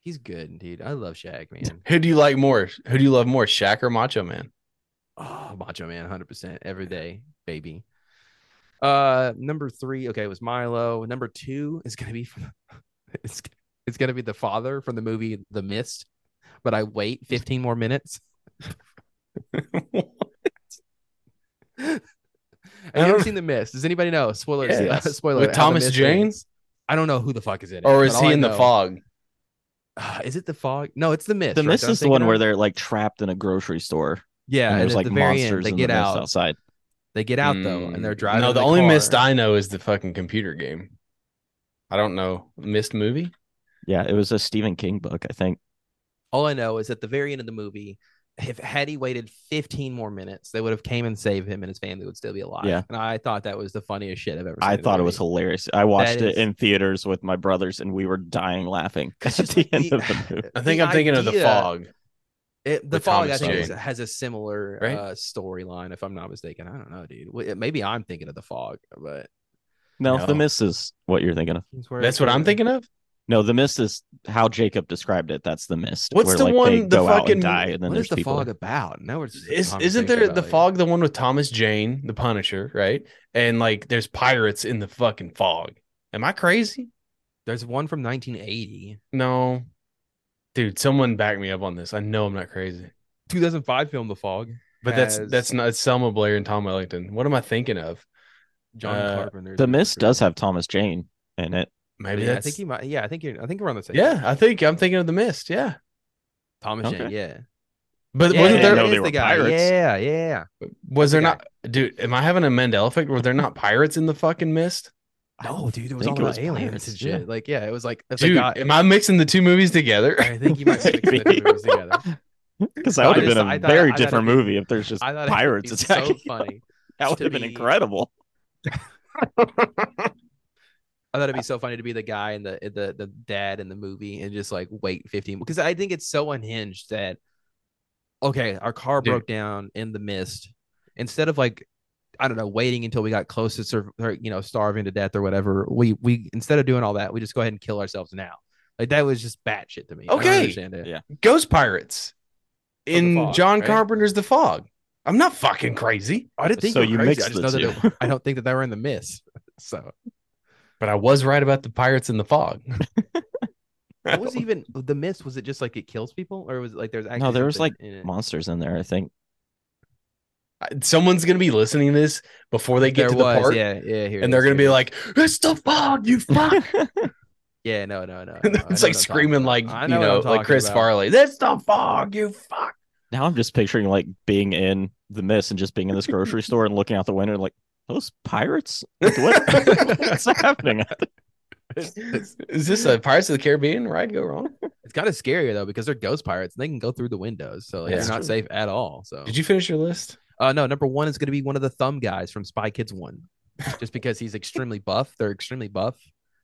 S2: He's good, dude. I love Shaq, man.
S3: Who do you like more? Who do you love more, Shaq or Macho Man?
S2: Oh, Macho Man, hundred percent every day, baby. Uh, number three, okay, it was Milo. Number two is gonna be, it's it's gonna be the father from the movie The Mist. But I wait fifteen more minutes. Have you ever
S3: don't-
S2: seen The Mist? Does anybody know? Spoilers.
S3: Yes.
S2: Spoiler.
S3: With
S2: alert, how The
S3: Thomas
S2: Mist
S3: Jane?
S2: ends. I don't know who the fuck is in it.
S3: Or
S2: but
S3: is
S2: all
S3: he
S2: I
S3: in the
S2: know-
S3: fog?
S2: Uh, is it the fog? No, it's the mist.
S1: The
S2: right,
S1: mist
S2: that I'm
S1: is the one
S2: thinking
S1: where
S2: of?
S1: they're like trapped in a grocery store.
S2: yeah,
S1: and
S2: and
S1: there's
S2: at
S1: like
S2: the very
S1: monsters
S2: end, they
S1: in
S2: get
S1: the mist
S2: out.
S1: outside.
S2: They get out though, and they're
S3: Mm,
S2: driving.
S3: No,
S2: in
S3: the, only mist
S2: car.
S3: I know is the fucking computer game. I don't know. Missed movie?
S1: Yeah, it was a Stephen King book, I think.
S2: All I know is at the very end of the movie, if had he waited 15 more minutes, they would have came and saved him, and his family would still be alive.
S1: Yeah.
S2: and I thought that was the funniest shit I've ever. seen
S1: I
S2: in a
S1: thought it was
S2: movie.
S1: hilarious. I watched
S2: That
S1: it
S2: is-
S1: in theaters with my brothers, and we were dying laughing at
S2: It's just
S1: the end
S2: the-
S1: of the movie.
S3: I think
S2: The
S3: I'm thinking of the
S2: idea-
S3: fog.
S2: It, the
S3: with
S2: fog. I
S3: Thomas
S2: think is,
S3: Jane.
S2: has a similar
S3: Right?
S2: uh, storyline, if I'm not mistaken. I don't know, dude. Well, it- Maybe I'm thinking of the fog, but
S1: No,
S3: No.
S1: the mist is what you're thinking of.
S3: That's what I'm thinking of.
S1: No, the mist is how Jacob described it. That's the mist.
S3: What's
S1: where,
S3: the
S1: like,
S3: one-
S1: They
S3: the
S1: go out
S3: fucking-
S1: and die, and then
S2: what
S1: there's
S2: is the
S1: people.
S2: fog about? No, it's just a
S3: Is, isn't
S2: conversation
S3: there
S2: about,
S3: the
S2: like-
S3: fog the one with Thomas Jane, the Punisher, right? And like there's pirates in the fucking fog. Am I crazy?
S2: There's one from 1980,
S3: No. Dude, someone back me up on this. I know I'm not crazy.
S2: 2005 film, The Fog.
S3: But
S2: Has-
S3: that's that's not it's Selma Blair and Tom Ellington. What am I thinking of?
S2: John
S3: Uh,
S2: Carpenter.
S1: the mist does have Thomas Jane in it.
S3: Maybe
S2: yeah, I
S3: that's
S2: think you might. Yeah, I think you're. I think we're on the same.
S3: Yeah, I think I'm thinking of the mist, yeah.
S2: Thomas
S1: Okay.
S2: Jane. Yeah.
S3: But
S2: yeah,
S3: wasn't
S1: I
S3: there
S1: know
S2: is
S1: they
S2: the
S1: were
S2: guy.
S1: pirates.
S2: Yeah, yeah.
S3: was there
S2: the
S3: not dude, am I having a Mandela effect? Were there not pirates in the fucking mist?
S2: No, dude, it was
S1: think it
S2: all about
S1: was
S2: aliens
S1: pirates,
S2: and shit.
S1: yeah.
S2: Like, yeah, it was like it's
S3: Dude,
S2: a guy.
S3: am I mixing the two movies together?
S2: I think you might be mixing the
S1: Maybe.
S2: two movies together.
S1: Because
S2: No,
S1: that
S2: I
S1: would have been
S2: just-
S1: a
S2: I thought- I
S1: very
S2: thought
S1: different
S2: it'd be-
S1: movie if there's just
S2: I thought
S1: pirates
S2: it would be
S1: attacking.
S2: so funny.
S1: That would
S2: to
S1: have been
S2: be-
S1: incredible.
S2: I thought it'd
S1: Uh
S2: be so funny to be the guy and the the the dad in the movie and just like wait 15 because I think it's so unhinged that okay, our car
S3: Dude.
S2: broke down in the mist. Instead of like I don't know, waiting until we got close to sur- or, you know starving to death or whatever, we we instead of doing all that, we just go ahead and kill ourselves now. Like that was just batshit to me. I don't
S3: Okay.
S2: understand it.
S1: Yeah.
S3: Ghost pirates
S2: the
S3: in
S2: Fog,
S3: John
S2: right?
S3: Carpenter's The Fog. I'm not fucking crazy,
S2: I didn't think
S1: So
S2: they were
S1: you
S2: crazy.
S1: mixed
S2: I just
S1: the
S2: know that
S1: two.
S2: it- I don't think that they were in the mist. So
S3: but I was right about the pirates in the fog.
S2: what was even the mist? Was it just like it kills people, or was it like there's actually
S1: there was,
S2: something in it?
S1: Monsters in there, I think.
S3: Someone's gonna be listening to this before they get
S2: there
S3: to the
S2: was,
S3: part,
S2: yeah, yeah, here it
S3: and they're
S2: is, here
S3: gonna be
S2: it is.
S3: like, "It's the fog, you fuck!"
S2: Yeah, no, no, no. no, I
S3: it's
S2: know
S3: like
S2: what I'm talking
S3: screaming,
S2: about.
S3: like
S2: I
S3: you
S2: what
S3: know,
S2: I'm
S3: like
S2: talking
S3: Chris
S2: about.
S3: Farley. That's the fog, you fuck.
S1: Now I'm just picturing like being in the mist and just being in this grocery store and looking out the window like those pirates. Like, what- what's happening?
S3: Is this a Pirates of the Caribbean ride go wrong?
S2: It's kind of scarier though because they're ghost pirates and they can go through the windows, so like,
S3: Yeah.
S2: you're not safe at all. So,
S3: Did you finish your list?
S2: uh, no, number one is going to be one of the thumb guys from Spy Kids One, just because he's extremely buff. They're extremely buff.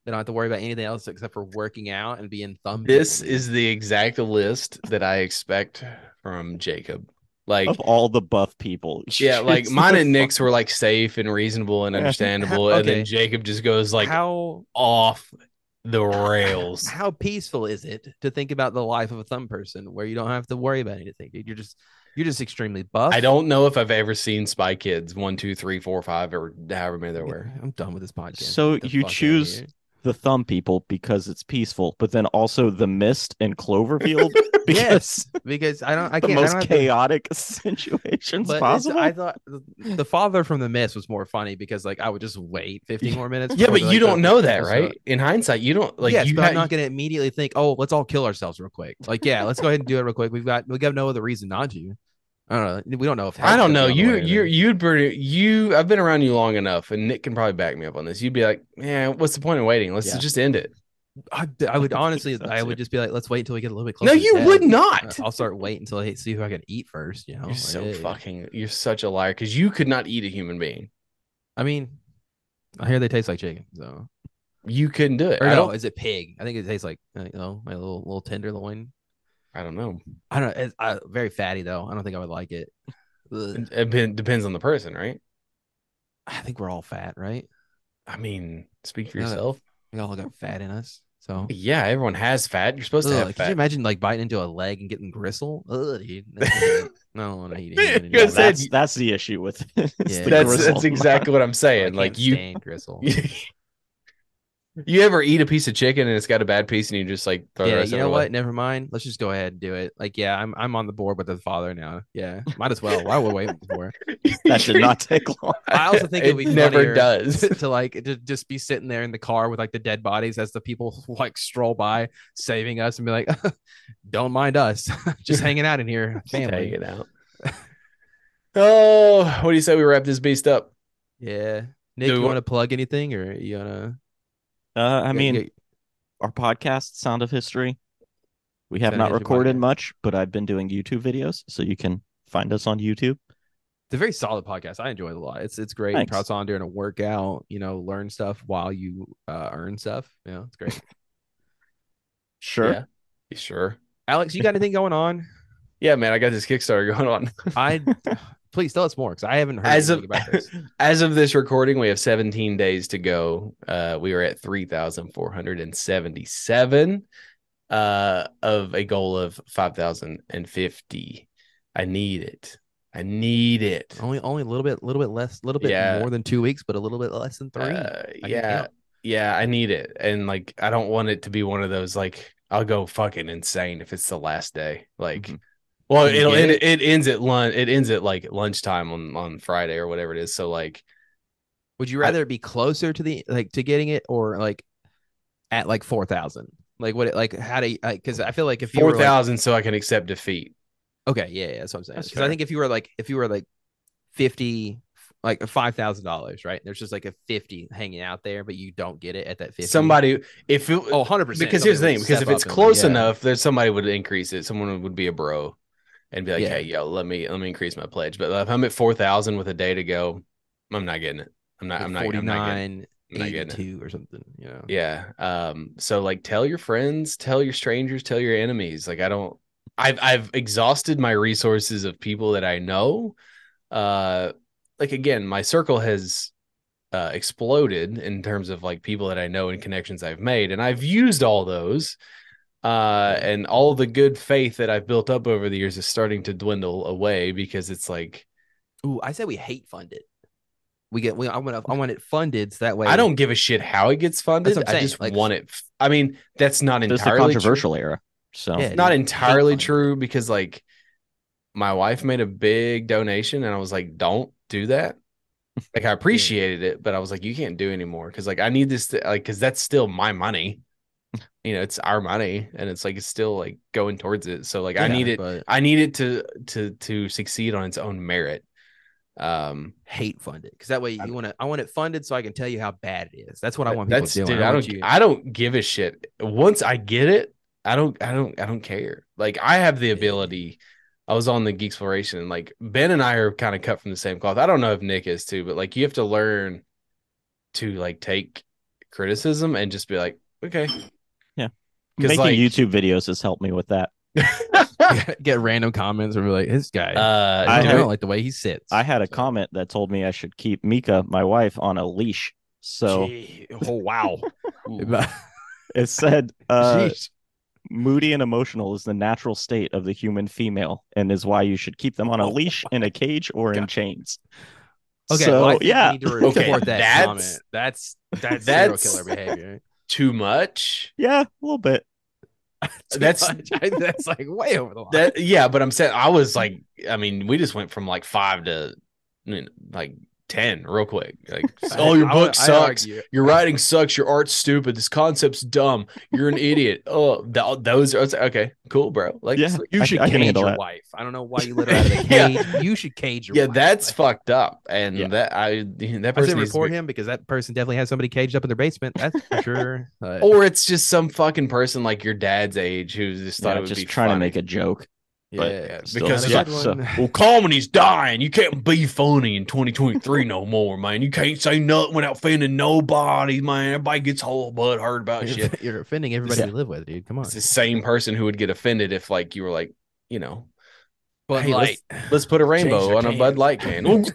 S2: They don't have to worry about anything else except for working out and being thumb.
S3: This
S2: people.
S3: is the exact list that I expect from Jacob. Like
S1: Of all the buff people.
S3: Yeah, like
S1: it's
S3: mine
S1: the
S3: and Nick's were like safe and reasonable and
S1: Yeah.
S3: understandable, and
S2: Okay.
S3: then Jacob just goes like
S2: how
S3: off the rails.
S2: how peaceful is it to think about the life of a thumb person where you don't have to worry about anything, dude? You're just you're just extremely buff.
S3: I don't know if I've ever seen Spy Kids one, two, three, four, five, or however many there were.
S2: I'm done with this podcast.
S1: So
S2: Get the
S1: you
S2: fuck outta
S1: choose-
S2: here.
S1: the thumb people because it's peaceful, but then also the mist and Cloverfield because
S2: because I don't. I
S1: the
S2: can't. I
S1: most
S2: don't have to-
S1: chaotic situations
S2: but it's-
S1: possible.
S2: I thought the, the father from the mist was more funny because like I would just wait 15 more minutes. before
S3: Yeah, but
S2: they, like,
S3: you
S2: go
S3: don't
S2: to
S3: know
S2: the
S3: that,
S2: episode.
S3: right? In hindsight, you don't like.
S2: yes,
S3: you
S2: but
S3: ha-
S2: I'm not gonna immediately think, oh, let's all kill ourselves real quick. Like, yeah, let's go ahead and do it real quick. We've got we got no other reason not to. I don't know. We don't know if
S3: I don't know. You,
S2: you
S3: you, you'd be, you. I've been around you long enough, and Nick can probably back me up on this. You'd be like, "Yeah, what's the point of waiting? Let's
S1: Yeah.
S3: just end it."
S2: I, I would
S1: I
S2: honestly,
S1: think so,
S2: I would
S1: too.
S2: just be like, let's wait until we get a little bit
S3: No,
S2: closer. to
S3: you
S2: death.
S3: would
S2: Uh,
S3: not.
S2: I'll start waiting until I see who I can eat first. You know,
S3: You're
S2: Like,
S3: so
S2: hey.
S3: fucking. You're such a liar because you could not eat a human being.
S2: I mean, I hear they taste like chicken. So
S3: You couldn't do it.
S2: Or
S3: I
S2: no,
S3: don't.
S2: is it pig? I think it tastes like uh, you know, my little little tenderloin.
S3: I don't know.
S2: I don't. It's uh, very fatty though. I don't think I would like it. Ugh.
S3: It- It depen- depends on the person, right?
S2: I think we're all fat, right?
S3: I mean, speak for
S2: Yeah.
S3: yourself.
S2: We all got fat in us. So
S3: Yeah, everyone has fat. You're supposed to
S2: Ugh,
S3: have
S2: could you
S3: fat.
S2: imagine like biting into a leg and getting gristle? Ugh, dude. I don't want to eat. a
S3: You
S2: human
S1: Well,
S3: I
S2: anymore.
S3: said-
S1: that's that's the issue with it. It's
S2: Yeah.
S1: the
S3: that's
S1: gristle.
S3: that's exactly what I'm
S2: I
S3: saying.
S2: can't
S3: Like you,
S2: stand gristle.
S3: you ever eat a piece of chicken and it's got a bad piece, and you just like throw the
S2: Yeah,
S3: rest
S2: you
S3: of
S2: know
S3: it
S2: what?
S3: away?
S2: Never mind. Let's just go ahead and do it. Like, yeah, I'm I'm on the board with the father now. Yeah, might as well. Why would wait for?
S1: that should not take long.
S2: I also think
S3: it
S2: it'd be
S3: never
S2: funnier
S3: does.
S2: to, to, like to just be sitting there in the car with like the dead bodies as the people like stroll by saving us and be like don't mind us just hanging out in here
S3: Take
S2: family
S3: it out. Oh, what do you say we wrap this beast up?
S2: yeah nick
S3: Do
S2: you
S3: what-
S2: want to plug anything or you wanna
S1: Uh, I mean,
S2: you-
S1: our podcast, Sound of History. We have
S2: Sound
S1: not
S2: History
S1: recorded
S2: podcast.
S1: much, but I've been doing YouTube videos, so you can find us on YouTube.
S2: it's a very solid podcast i enjoy it a lot it's it's great
S1: Thanks.
S2: you press on during a workout you know learn stuff while you uh, earn stuff you know it's great
S1: Sure.
S3: Yeah. You sure?
S2: alex you got anything going on
S3: Yeah, man, I got this Kickstarter going on.
S2: i please tell us more because I haven't heard
S3: As of-
S2: anything about this.
S3: As of this recording, we have 17 days to go. Uh, we are at 3,477 uh, of a goal of 5,050. I need it. I need it.
S2: Only only a little bit, little bit less, little bit
S3: Yeah.
S2: more than two weeks, but a little bit less than three.
S3: Uh,
S2: I can
S3: yeah.
S2: count.
S3: Yeah. I need it. And like, I don't want it to be one of those, like, I'll go fucking insane if it's the last day. Like,
S2: Mhm.
S3: Well,
S2: Can you
S3: it'll
S2: get
S3: end, it? ends at lunch. It ends at like lunchtime on on Friday or whatever it is. So like,
S2: Would you
S3: I-
S2: rather it be closer to the like to getting it or like at like four thousand? Like what? it- Like how do? Because I feel like if you
S3: four
S2: were like,
S3: thousand, so I can accept defeat.
S2: okay, yeah, yeah, that's what I'm saying.
S1: That's
S2: Because I
S1: fair.
S2: think if you were like if you were like fifty, like five thousand dollars, right? There's just like a fifty hanging out there, but you don't get it at that fifty.
S3: Somebody, if it,
S2: oh, 100 percent.
S3: because here's the thing, because if it's close enough, there's somebody would increase it. Someone would be a bro and be like,
S2: Yeah.
S3: hey, yo, let me let me increase my pledge. But if I'm at four thousand with a day to go, I'm not getting it. I'm not. I'm not. I'm not getting.
S2: nine
S3: I'm not getting it.
S2: eighty-two or something. You know.
S3: Yeah. Um, so like tell your friends, tell your strangers, tell your enemies. Like I don't I've I've exhausted my resources of people that I know. Uh like again, my circle has uh exploded in terms of like people that I know and connections I've made, and I've used all those. Uh and all the good faith that I've built up over the years is starting to dwindle away because it's like
S2: Ooh, I say we hate fund it. We get. We, I want. I want it funded so that way.
S3: I don't give a shit how it gets funded.
S2: what I'm
S3: I
S2: saying,
S3: just
S2: like-
S3: want it. f- I mean, that's not
S1: This is the
S3: entirely true.
S1: controversial era. So
S2: Yeah.
S3: not entirely
S2: fund it.
S3: true because like my wife made a big donation and I was like, don't do that. Like I appreciated it, but I was like, you can't do anymore because like I need this to, like because that's still my money. You know, it's our money and it's like it's still like going towards it. So like I
S2: Yeah,
S3: need it.
S2: but
S3: I need it to to to succeed on its own merit. Um,
S2: hate fund it because that way you want to. I want it funded so I can tell you how bad it is. That's what I want people
S3: that's
S2: doing.
S3: dude. I
S2: want
S3: don't.
S2: you-
S3: I don't give a shit. Once I get it, I don't. I don't. I don't care. Like I have the ability. I was on the Geek Exploration, and like Ben and I are kind of cut from the same cloth. I don't know if Nick is too, but like you have to learn to like take criticism and just be like, okay,
S1: making
S3: like-
S1: YouTube videos has helped me with that.
S2: get random comments or be like, this guy.
S3: uh,
S2: I,
S1: I-
S2: don't like the way he sits.
S1: I had a comment that told me I should keep Mika, my wife, on a leash. So
S3: gee, oh wow, uh,
S1: it said uh,
S2: Jeez.
S1: moody and emotional is the natural state of the human female and is why you should keep them on a
S2: Oh
S1: leash in a cage or in chains.
S2: Okay,
S1: So,
S2: well, I think
S1: yeah.
S2: we need to re-
S3: Okay,
S2: report that
S3: that's-
S2: comment. That's that's,
S3: that's-
S2: serial killer behavior.
S3: too much.
S1: Yeah, a little bit.
S3: That's-
S2: that's like way over the line.
S3: That yeah, but I'm saying I was like, I mean, we just went from like five to you know, like ten real quick. Like, oh, your
S2: I-
S3: book
S2: I
S3: sucks.
S2: argue-
S3: Your writing sucks. Your art's stupid. This concept's dumb. You're an idiot. Oh, th- those are okay. Cool, bro. Like,
S1: Yeah,
S3: you
S1: I-
S3: should.
S1: I can
S3: cage
S1: handle
S3: your
S1: that.
S3: wife.
S2: wife. I don't know why you let her out of the
S3: Yeah.
S2: cage. You should cage your
S3: Yeah,
S2: wife.
S3: that's
S2: Like,
S3: fucked up. And
S1: Yeah.
S3: that I that
S2: I
S3: person
S2: said
S3: needs to
S2: report
S3: be-
S2: him because that person definitely has somebody caged up in their basement. That's for sure. But-
S3: Or it's just some fucking person like your dad's age who's just thought
S1: Yeah,
S3: it would
S1: just
S3: be
S1: trying
S3: funny.
S1: to make a joke. but
S3: Yeah,
S1: still.
S3: because
S2: Another
S3: yeah.
S1: yeah,
S2: good
S1: so-
S2: one.
S3: Well, comedy's dying. You can't be funny in 2023 no more, man. You can't say nothing without offending nobody, man. Everybody gets whole butt hurt about
S2: you're,
S3: Oh, shit.
S2: you're offending everybody
S3: Yeah.
S2: we live with, dude. Come on.
S3: It's the same person who would get offended if, like, you were like, you know,
S2: But
S3: hey,
S2: like,
S3: let's put a rainbow
S2: your
S3: on a
S2: can.
S3: Bud Light can.